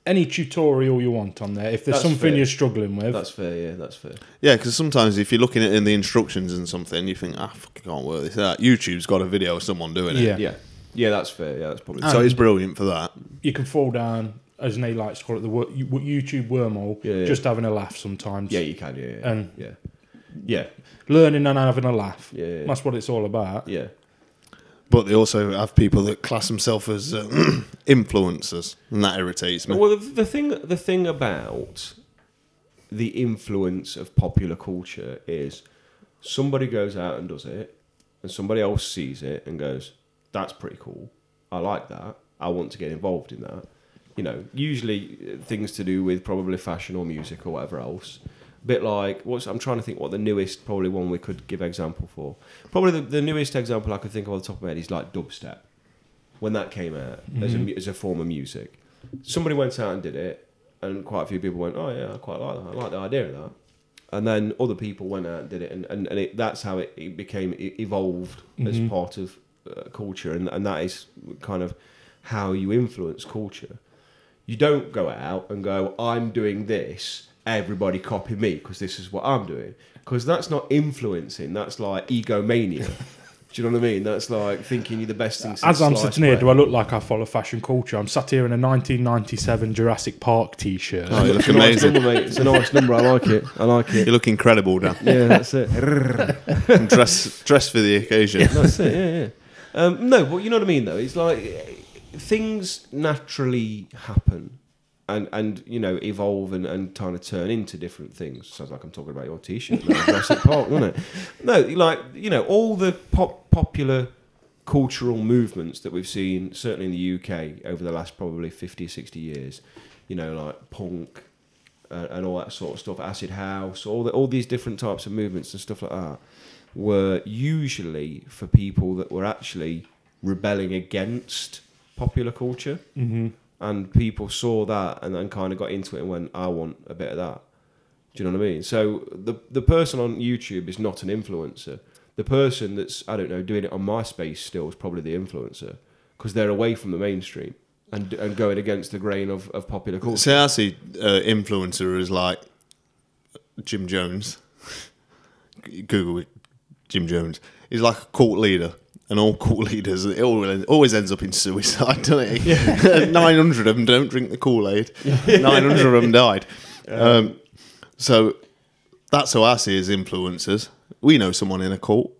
Speaker 4: any tutorial you want on there. If there's
Speaker 2: That's
Speaker 4: something
Speaker 2: fair.
Speaker 4: you're struggling with,
Speaker 2: that's fair. Yeah, that's fair.
Speaker 1: Yeah, because sometimes if you're looking at in the instructions and something, you think, ah, fucking can't work this out. YouTube's got a video of someone doing it.
Speaker 4: Yeah.
Speaker 2: Yeah, yeah, that's fair. Yeah, that's probably.
Speaker 1: So it's brilliant for that.
Speaker 4: you can fall down, as Nate likes to call it, the wor- you- YouTube wormhole,
Speaker 2: Yeah, yeah.
Speaker 4: just having a laugh sometimes.
Speaker 2: yeah, you can. Yeah, yeah,
Speaker 4: And-
Speaker 2: yeah, yeah,
Speaker 4: Learning and having a laugh.
Speaker 2: Yeah, yeah.
Speaker 4: That's what it's all about.
Speaker 2: yeah.
Speaker 1: But they also have people that class themselves as uh, influencers, and that irritates me.
Speaker 2: Well, the, the thing the thing about the influence of popular culture is somebody goes out and does it, and somebody else sees it and goes, "That's pretty cool. I like that. I want to get involved in that." You know, usually uh, things to do with probably fashion or music or whatever else. Bit like what's I'm trying to think what the newest probably one we could give example for. Probably the, the newest example I could think of on the top of my head is like dubstep when that came out as, a, mu- as a form of music. Somebody went out and did it, and quite a few people went, "Oh yeah, I quite like that. I like the idea of that." And then other people went out and did it, and and, and it, that's how it, it became it evolved
Speaker 4: Mm-hmm.
Speaker 2: as part of uh, culture, and and that is kind of how you influence culture. You don't go out and go, "I'm doing this." Everybody copy me because this is what I'm doing. Because that's not influencing. That's like egomania. Do you know what I mean? That's like thinking you're the best thing. Since
Speaker 4: As I'm
Speaker 2: sliced
Speaker 4: sitting here,
Speaker 2: bread.
Speaker 4: do I look like I follow fashion culture? I'm sat here in a 1997 Jurassic Park T-shirt.
Speaker 1: Oh, you look
Speaker 2: It's a nice
Speaker 1: amazing.
Speaker 2: number, mate. It's a nice number. I like it. I like
Speaker 1: You
Speaker 2: it.
Speaker 1: look incredible, Dan.
Speaker 2: Yeah, that's it.
Speaker 1: And dress, dress for the occasion.
Speaker 2: That's it. Yeah, yeah. Um, no, but you know what I mean, though. It's like eh, things naturally happen, and and you know evolve and, and kind of turn into different things. Sounds like I'm talking about your T-shirt, now, Jurassic Park, doesn't it? No, like you know all the pop popular cultural movements that we've seen, certainly in the UK over the last probably 50, 60 years. You know, like punk. And, and all that sort of stuff, acid house, all the, all these different types of movements and stuff like that were usually for people that were actually rebelling against popular culture. Mm-hmm. And people saw that and then kind of got into it and went, I want a bit of that. Do you know what I mean? So the, the person on YouTube is not an influencer. The person that's, I don't know, doing it on MySpace still is probably the influencer because they're away from the mainstream and, and going against the grain of, of popular culture.
Speaker 1: See, I see uh, influencer as like Jim Jones. Google it, Jim Jones. He's like a cult leader, and all cult leaders it always, always ends up in suicide, doesn't it? Nine hundred of them don't drink the Kool Aid. Nine hundred of them died. Um, so that's how I see as influencers. We know someone in a cult.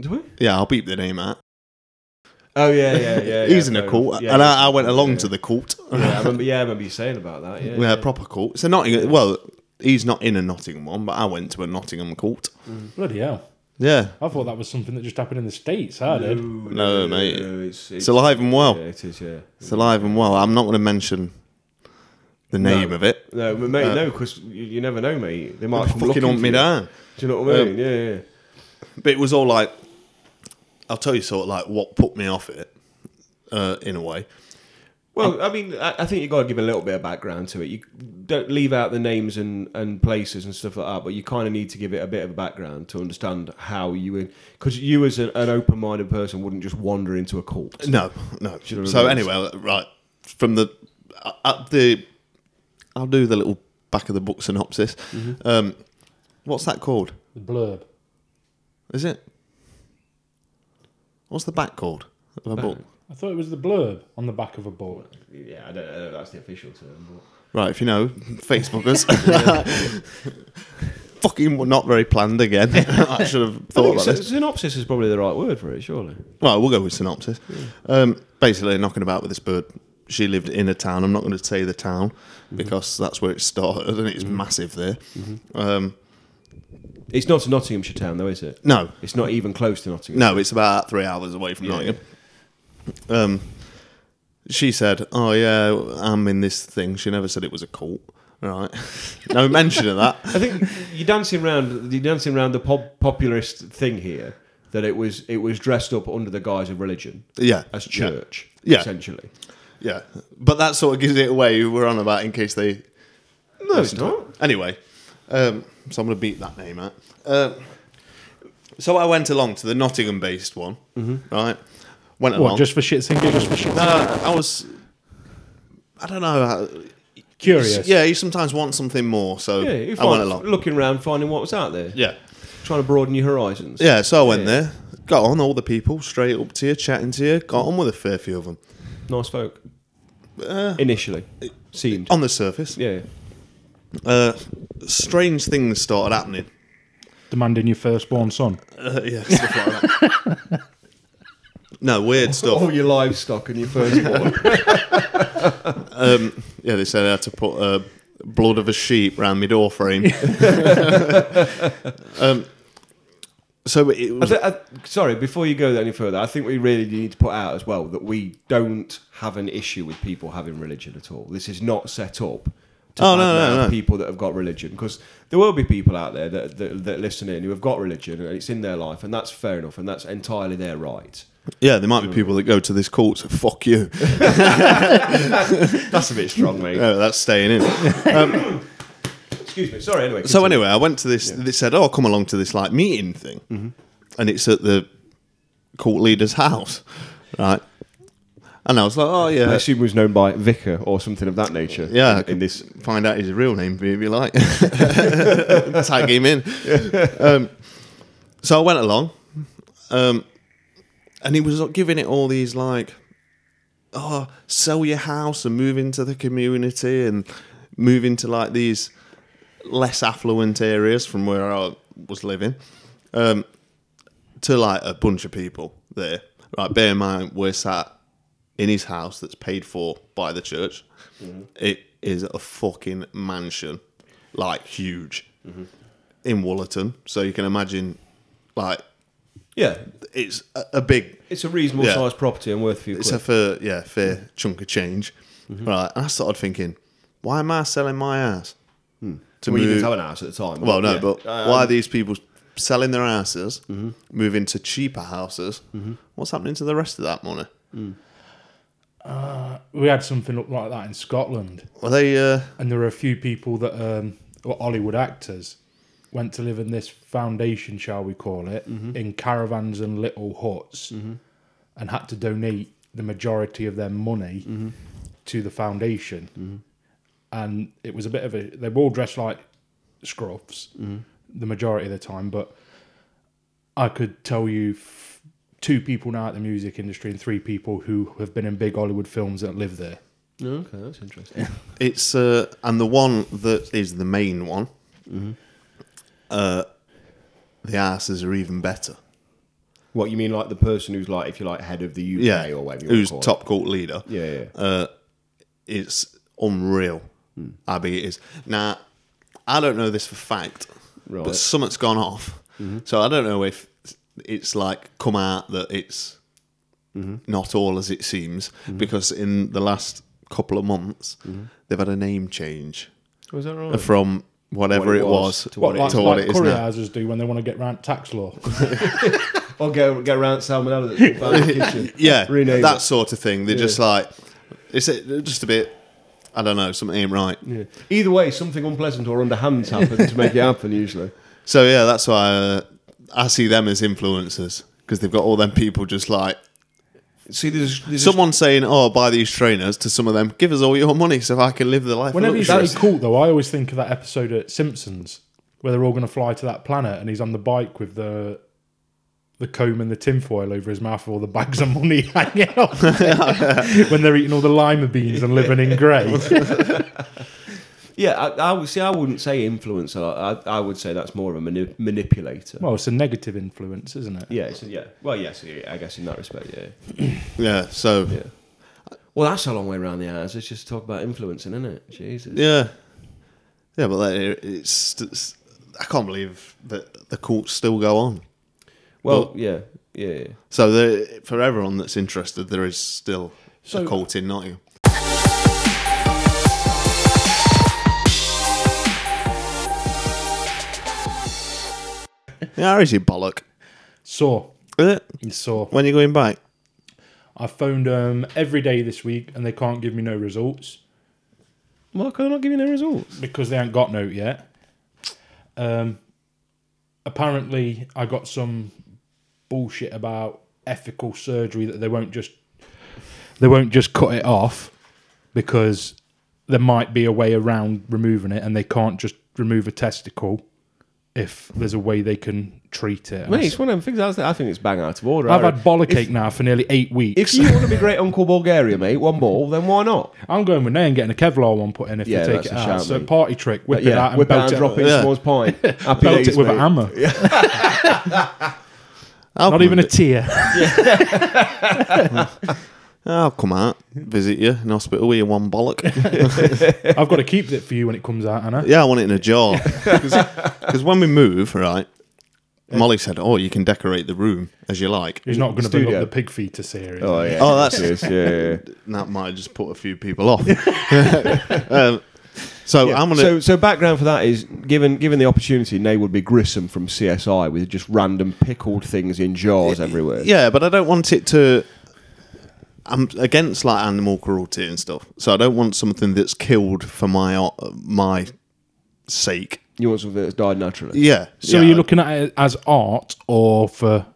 Speaker 2: Do we?
Speaker 1: Yeah, I'll beep the name out.
Speaker 2: Oh, yeah, yeah, yeah.
Speaker 1: He's
Speaker 2: yeah,
Speaker 1: in
Speaker 2: fair
Speaker 1: a cult,
Speaker 2: enough. Yeah,
Speaker 1: and
Speaker 2: that's-
Speaker 1: I, I went along
Speaker 2: yeah.
Speaker 1: to the cult.
Speaker 2: yeah, I remember, yeah, I remember you saying about that. Yeah,
Speaker 1: We
Speaker 2: yeah.
Speaker 1: had a proper cult. So Nottingham. Well, he's not in a Nottingham one, but I went to a Nottingham cult.
Speaker 4: Bloody hell!
Speaker 1: Yeah,
Speaker 4: I thought that was something that just happened in the states. I did.
Speaker 1: No, mate.
Speaker 2: it's,
Speaker 1: it's alive and well.
Speaker 2: Yeah, it is, yeah.
Speaker 1: It's alive and well. I'm not going to mention the name of it.
Speaker 2: No, but mate, no, because you, you never know, mate. They might
Speaker 1: Uh, Fucking
Speaker 2: come looking
Speaker 1: hunt
Speaker 2: for
Speaker 1: me
Speaker 2: you.
Speaker 1: down. Um,
Speaker 2: Do you know what I mean? yeah, yeah.
Speaker 1: But it was all like, I'll tell you sort of like what put me off it, uh, in a way.
Speaker 2: Well, I mean, I, I think you've got to give a little bit of background to it. You don't leave out the names and, and places and stuff like that, but you kind of need to give it a bit of a background to understand how you, because you as an, an open minded person wouldn't just wander into a cult.
Speaker 1: No, no.
Speaker 2: you know what
Speaker 1: So
Speaker 2: I mean?
Speaker 1: anyway, right from the at the, I'll do the little back of the book synopsis. Um, what's that called?
Speaker 4: The blurb.
Speaker 1: Is it? What's the back called of a book?
Speaker 4: I thought it was the blurb on the back of a board.
Speaker 2: Yeah, I don't know. if That's the official term. But.
Speaker 1: Right, if you know, Facebookers. Fucking not very planned again. I should have
Speaker 2: I
Speaker 1: thought
Speaker 2: think
Speaker 1: about
Speaker 2: syn-
Speaker 1: this.
Speaker 2: synopsis is probably the right word for it, surely.
Speaker 1: Well, we'll go with synopsis. Um, basically, knocking about with this bird. She lived in a town. I'm not going to say the town
Speaker 2: Mm-hmm.
Speaker 1: because that's where it started and it's massive there.
Speaker 2: Mm-hmm.
Speaker 1: Um,
Speaker 2: It's not a Nottinghamshire town, though, is it?
Speaker 1: no,
Speaker 2: It's not even close to Nottingham.
Speaker 1: no, it's about three hours away from
Speaker 2: Yeah.
Speaker 1: Nottingham. Um, she said, "Oh yeah, I'm in this thing." She never said it was a cult, right? no mention of that.
Speaker 2: I think you're dancing around. You're dancing around the pop, populist thing here that it was it was dressed up under the guise of religion
Speaker 1: Yeah,
Speaker 2: as
Speaker 1: yeah.
Speaker 2: church,
Speaker 1: Yeah.
Speaker 2: essentially.
Speaker 1: Yeah, but that sort of gives it away. who We're on about in case they.
Speaker 2: No, it's
Speaker 1: listen to
Speaker 2: not.
Speaker 1: it. Anyway, um, so I'm going to beat that name out. Uh, so I went along to the Nottingham-based one,
Speaker 2: Mm-hmm.
Speaker 1: right? Went
Speaker 4: What?
Speaker 1: along.
Speaker 4: Just for shits and giggles? Just for shits.
Speaker 1: Uh, I was. I don't know. I,
Speaker 4: Curious.
Speaker 1: Yeah, you sometimes want something more, so
Speaker 2: Yeah, you
Speaker 1: I went
Speaker 2: find,
Speaker 1: along.
Speaker 2: looking around, finding what was out there.
Speaker 1: Yeah,
Speaker 2: trying to broaden your horizons.
Speaker 1: yeah. So I went
Speaker 2: Yeah.
Speaker 1: there, got on all the people straight up to you, chatting to you. Got on with a fair few of them
Speaker 2: nice folk.
Speaker 1: Uh,
Speaker 2: Initially, seemed.
Speaker 1: on the surface.
Speaker 2: yeah,
Speaker 1: Uh, strange things started happening.
Speaker 4: Demanding your firstborn son.
Speaker 1: Uh, yeah, stuff like that. Oh, no, weird stuff.
Speaker 2: your livestock and your firstborn.
Speaker 1: Um, Yeah, they said I had to put uh, blood of a sheep round my door frame. um, so it
Speaker 2: I
Speaker 1: was,
Speaker 2: th- I, sorry, before you go any further, I think we really need to put out as well that we don't have an issue with people having religion at all. This is not set up to
Speaker 1: Oh, no, no,
Speaker 2: badmouth
Speaker 1: no.
Speaker 2: people that have got religion because there will be people out there that, that, that listen in who have got religion and it's in their life and that's fair enough and that's entirely their right.
Speaker 1: yeah, there might be people that go to this court. So fuck you.
Speaker 2: That's a bit strong, mate.
Speaker 1: No, that's staying in.
Speaker 2: Excuse me. Sorry, anyway.
Speaker 1: So
Speaker 2: continue.
Speaker 1: anyway, I went to this. They said, "Oh, come along to this like meeting thing," and it's at the court leader's house, right? And I was like, "Oh
Speaker 2: I
Speaker 1: yeah,
Speaker 2: assume he was known by vicar or something of that nature.
Speaker 1: Yeah, I
Speaker 2: in, in
Speaker 1: could
Speaker 2: this.
Speaker 1: find out his real name if you like. Tag him in. Um, so I went along. Um, and he was like, giving it all these like, oh, sell your house and move into the community and move into like these less affluent areas from where I was living um, to like a bunch of people there. Right, bear in mind we're sat in his house that's paid for by the church.
Speaker 2: Mm-hmm.
Speaker 1: It is a fucking mansion, like huge,
Speaker 2: Mm-hmm.
Speaker 1: in Wollaton. So you can imagine, like
Speaker 2: Yeah,
Speaker 1: it's a, a big
Speaker 2: it's a reasonable
Speaker 1: Yeah.
Speaker 2: sized property and worth a few.
Speaker 1: it's
Speaker 2: quid.
Speaker 1: a fair yeah fair
Speaker 2: Mm-hmm.
Speaker 1: chunk of change right and i started thinking why am i selling my house to
Speaker 2: Hmm. well, you didn't
Speaker 1: move
Speaker 2: have an house at the time.
Speaker 1: well no
Speaker 2: yeah. Mm-hmm.
Speaker 1: but
Speaker 2: Um,
Speaker 1: why are these people selling their houses moving to cheaper houses
Speaker 2: Mm-hmm.
Speaker 1: what's happening to the rest of that money
Speaker 4: We had something up like that in Scotland,
Speaker 1: well they uh
Speaker 4: and there were a few people that um, were Hollywood actors went to live in this foundation, shall we call it, in caravans and little huts, and had to donate the majority of their money to the foundation. And it was a bit of a. They were all dressed like scruffs the majority of the time, but I could tell you. F- Two people now at the music industry, and three people who have been in big Hollywood films that live there.
Speaker 2: okay, that's interesting.
Speaker 1: it's uh and the one that is the main one
Speaker 2: Mm-hmm.
Speaker 1: uh the asses are even better
Speaker 2: what you mean, like the person who's like, if you like, head of the UK
Speaker 1: yeah
Speaker 2: or whatever, you wanna
Speaker 1: who's
Speaker 2: call it.
Speaker 1: top cult leader
Speaker 2: Yeah, yeah, yeah.
Speaker 1: it's unreal.
Speaker 2: Hmm.
Speaker 1: Abby it is. Now, I don't know this for fact,
Speaker 2: Right. Mm-hmm.
Speaker 1: but something's gone off. So I don't know if it's like come out that it's
Speaker 2: Mm-hmm.
Speaker 1: not all as it seems, because in the last couple of months
Speaker 2: Mm-hmm.
Speaker 1: they've had a name change
Speaker 2: was that right?
Speaker 1: from whatever
Speaker 2: What it
Speaker 1: it
Speaker 2: was
Speaker 1: was,
Speaker 2: to
Speaker 4: What,
Speaker 2: it
Speaker 4: like,
Speaker 1: to what
Speaker 4: like
Speaker 1: it is
Speaker 4: curry
Speaker 1: now.
Speaker 4: houses do when they want to get round tax law.
Speaker 2: I'll go go around salmonella that's been found in the kitchen.
Speaker 1: yeah,
Speaker 2: rename
Speaker 1: that
Speaker 2: it.
Speaker 1: sort of thing. They're just like, it's a- just a bit. I don't know, something ain't right.
Speaker 2: Yeah. Either way, something unpleasant or underhand's happened to make it happen. Usually,
Speaker 1: So yeah, that's why uh, I see them as influencers because they've got all them people just like
Speaker 2: see, there's, there's
Speaker 1: someone saying, "Oh, buy these trainers." To some of them, give us all your money so I can live the life.
Speaker 4: Whenever
Speaker 1: of
Speaker 4: you
Speaker 1: luxury."
Speaker 4: say cult, though, I always think of that episode at Simpsons where they're all going to fly to that planet, and he's on the bike with the the comb and the tinfoil over his mouth, with all the bags of money hanging off when they're eating all the lima beans and living in grey.
Speaker 2: Yeah, I, I would see. I wouldn't say influencer. I, I would say that's more of a mani- manipulator.
Speaker 4: Well, it's a negative influence, isn't it?
Speaker 2: yeah, it's, yeah. Well, yes, yeah, I guess in that respect, yeah,
Speaker 1: yeah. So yeah.
Speaker 2: yeah. Well, that's a long way around the hours. It's just talk about influencing, isn't it? Jesus.
Speaker 1: yeah, but like, it- it's, it's I can't believe that the cults still go on.
Speaker 2: Well, yeah, yeah, yeah.
Speaker 1: So there- for everyone that's interested, there is still
Speaker 4: So-
Speaker 1: a cult in Nottingham. Yeah, is you bollock?
Speaker 4: Saw.
Speaker 1: Is it?
Speaker 4: Saw.
Speaker 1: When you going back?
Speaker 4: I phoned um, every day this week, and they can't give me no results.
Speaker 2: Why can I not give you no results?
Speaker 4: because they ain't got no yet. Um, apparently, I got some bullshit about ethical surgery that they won't just they won't just cut it off because there might be a way around removing it, and they can't just remove a testicle if there's a way they can treat it. And I
Speaker 2: Mate,
Speaker 4: s-
Speaker 2: it's one of them things. I was- I think it's bang out of order.
Speaker 4: I've
Speaker 2: I-
Speaker 4: had bollocake now for nearly eight weeks.
Speaker 2: If you want to be great Uncle Bulgaria, mate, one ball, then why not?
Speaker 4: I'm going with Nay and getting a Kevlar one put in if
Speaker 2: Yeah,
Speaker 4: they take
Speaker 2: that's
Speaker 4: it
Speaker 2: a
Speaker 4: out.
Speaker 2: shout,
Speaker 4: so
Speaker 2: mate.
Speaker 4: party trick, whip it out
Speaker 2: yeah,
Speaker 4: and
Speaker 2: whip it
Speaker 4: belt
Speaker 2: out
Speaker 4: it,
Speaker 2: and drop it
Speaker 1: Yeah.
Speaker 2: in someone's pint. Happy
Speaker 4: belt
Speaker 2: days,
Speaker 4: it with a
Speaker 2: mate.
Speaker 4: hammer.
Speaker 1: I'll
Speaker 4: Not
Speaker 1: come
Speaker 4: even a
Speaker 1: and
Speaker 4: tear.
Speaker 1: vi- I'll come out, visit you in hospital with your one bollock.
Speaker 4: I've got to keep it for you when it comes out, Anna.
Speaker 1: yeah, I want it in a jar. Because when we move, right, Molly said, "Oh, you can decorate the room as you like."
Speaker 4: He's not going to bring
Speaker 2: Studio.
Speaker 4: up the pig feeder series.
Speaker 2: Oh yeah.
Speaker 1: Oh, that's-
Speaker 2: Yes, yeah, yeah.
Speaker 1: That might just put a few people off. um, so I'm gonna.
Speaker 2: So, so background for that is given given the opportunity, Nay would be Grissom from CSI with just random pickled things in jars everywhere.
Speaker 1: Yeah, but I don't want it to. I'm against like animal cruelty and stuff, so I don't want something that's killed for my uh, my sake.
Speaker 2: You want something that's died naturally?
Speaker 1: Yeah.
Speaker 4: So
Speaker 1: yeah.
Speaker 4: are you looking at it as art or for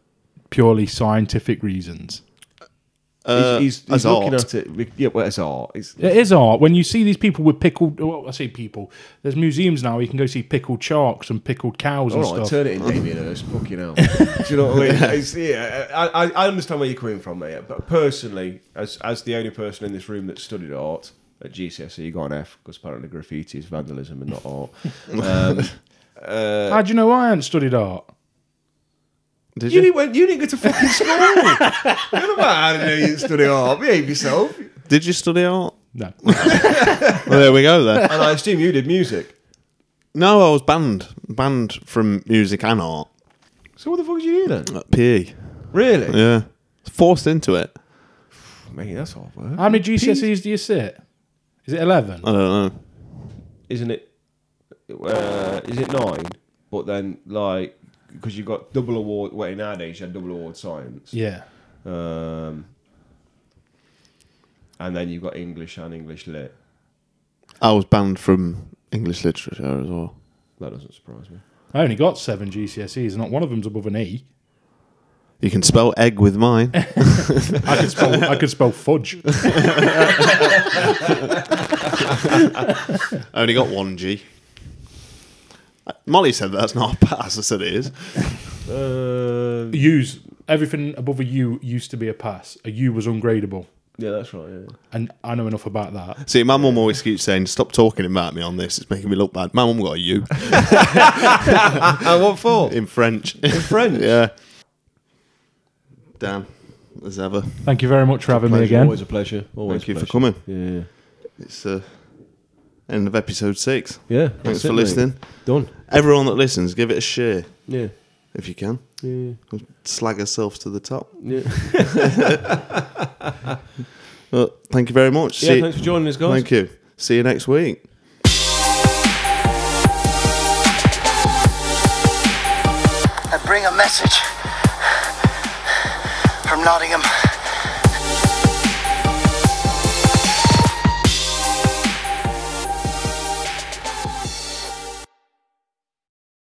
Speaker 4: purely scientific reasons?
Speaker 1: Uh,
Speaker 2: he's he's, he's
Speaker 1: as
Speaker 2: looking
Speaker 1: art.
Speaker 2: at it. be- Yeah, well, as art. It's,
Speaker 4: It is art. When you see these people with pickled, well, I say people. There's museums now. You can go see pickled sharks and pickled cows and
Speaker 2: all Oh, right,
Speaker 4: stuff.
Speaker 2: turn it in, Damien. and It's fucking hell. Do you know what I mean? It's, yeah, I, I- I understand where you're coming from, mate. But personally, as as the only person in this room that studied art at GCSE, E, you got an F because apparently graffiti is vandalism and not art. Um, uh,
Speaker 4: How do you know I haven't studied art?
Speaker 1: Did
Speaker 2: you
Speaker 1: you?
Speaker 2: didn't went, you didn't go to fucking school. You're not I didn't know you study art. Behave yourself.
Speaker 1: Did you study art?
Speaker 4: No.
Speaker 1: Well, there we go then.
Speaker 2: And I assume you did music.
Speaker 1: No, I was banned. Banned from music and art
Speaker 2: So what the fuck did you do then?
Speaker 1: at PE.
Speaker 2: Really?
Speaker 1: Yeah. Forced into it.
Speaker 2: Mate, that's hard work.
Speaker 4: How many GCSEs do you sit? Is it eleven?
Speaker 2: Uh.
Speaker 1: I don't know.
Speaker 2: Isn't it? Uh, is it nine? But then, like, because you've got double award. Well, nowadays you had double award science.
Speaker 4: yeah.
Speaker 2: Um, and then you've got English and English lit.
Speaker 1: I was banned from English literature as well.
Speaker 2: That doesn't surprise me.
Speaker 4: I only got seven GCSEs. Not one of them's above an E.
Speaker 1: You can spell egg with mine.
Speaker 4: I could spell. I could spell fudge.
Speaker 1: I only got one G. Molly said that's not a pass. I said it is.
Speaker 2: Uh,
Speaker 4: U's everything above a U used to be a pass. A U was ungradable,
Speaker 2: yeah, that's right. Yeah.
Speaker 4: and I know enough about that.
Speaker 1: See, my mum always keeps saying, "Stop talking about me on this. It's making me look bad." My mum got a U
Speaker 2: and what for?
Speaker 1: in French.
Speaker 2: In French.
Speaker 1: yeah. Damn, as ever.
Speaker 4: Thank you very much for having me
Speaker 2: Pleasure,
Speaker 4: again.
Speaker 2: Always a pleasure. Always
Speaker 1: Thank you
Speaker 2: a
Speaker 1: for
Speaker 2: pleasure.
Speaker 1: coming.
Speaker 2: Yeah.
Speaker 1: It's uh, end of episode six.
Speaker 2: Yeah.
Speaker 1: Thanks for listening.
Speaker 2: Done.
Speaker 1: Everyone that listens, give it a share
Speaker 2: Yeah.
Speaker 1: if you can.
Speaker 2: Yeah.
Speaker 1: Slag ourselves to the top.
Speaker 2: Yeah.
Speaker 1: Well, thank you very much.
Speaker 2: yeah
Speaker 1: See-
Speaker 2: thanks for joining us, guys.
Speaker 1: Thank you. See you next week.
Speaker 3: I bring a message from Nottingham.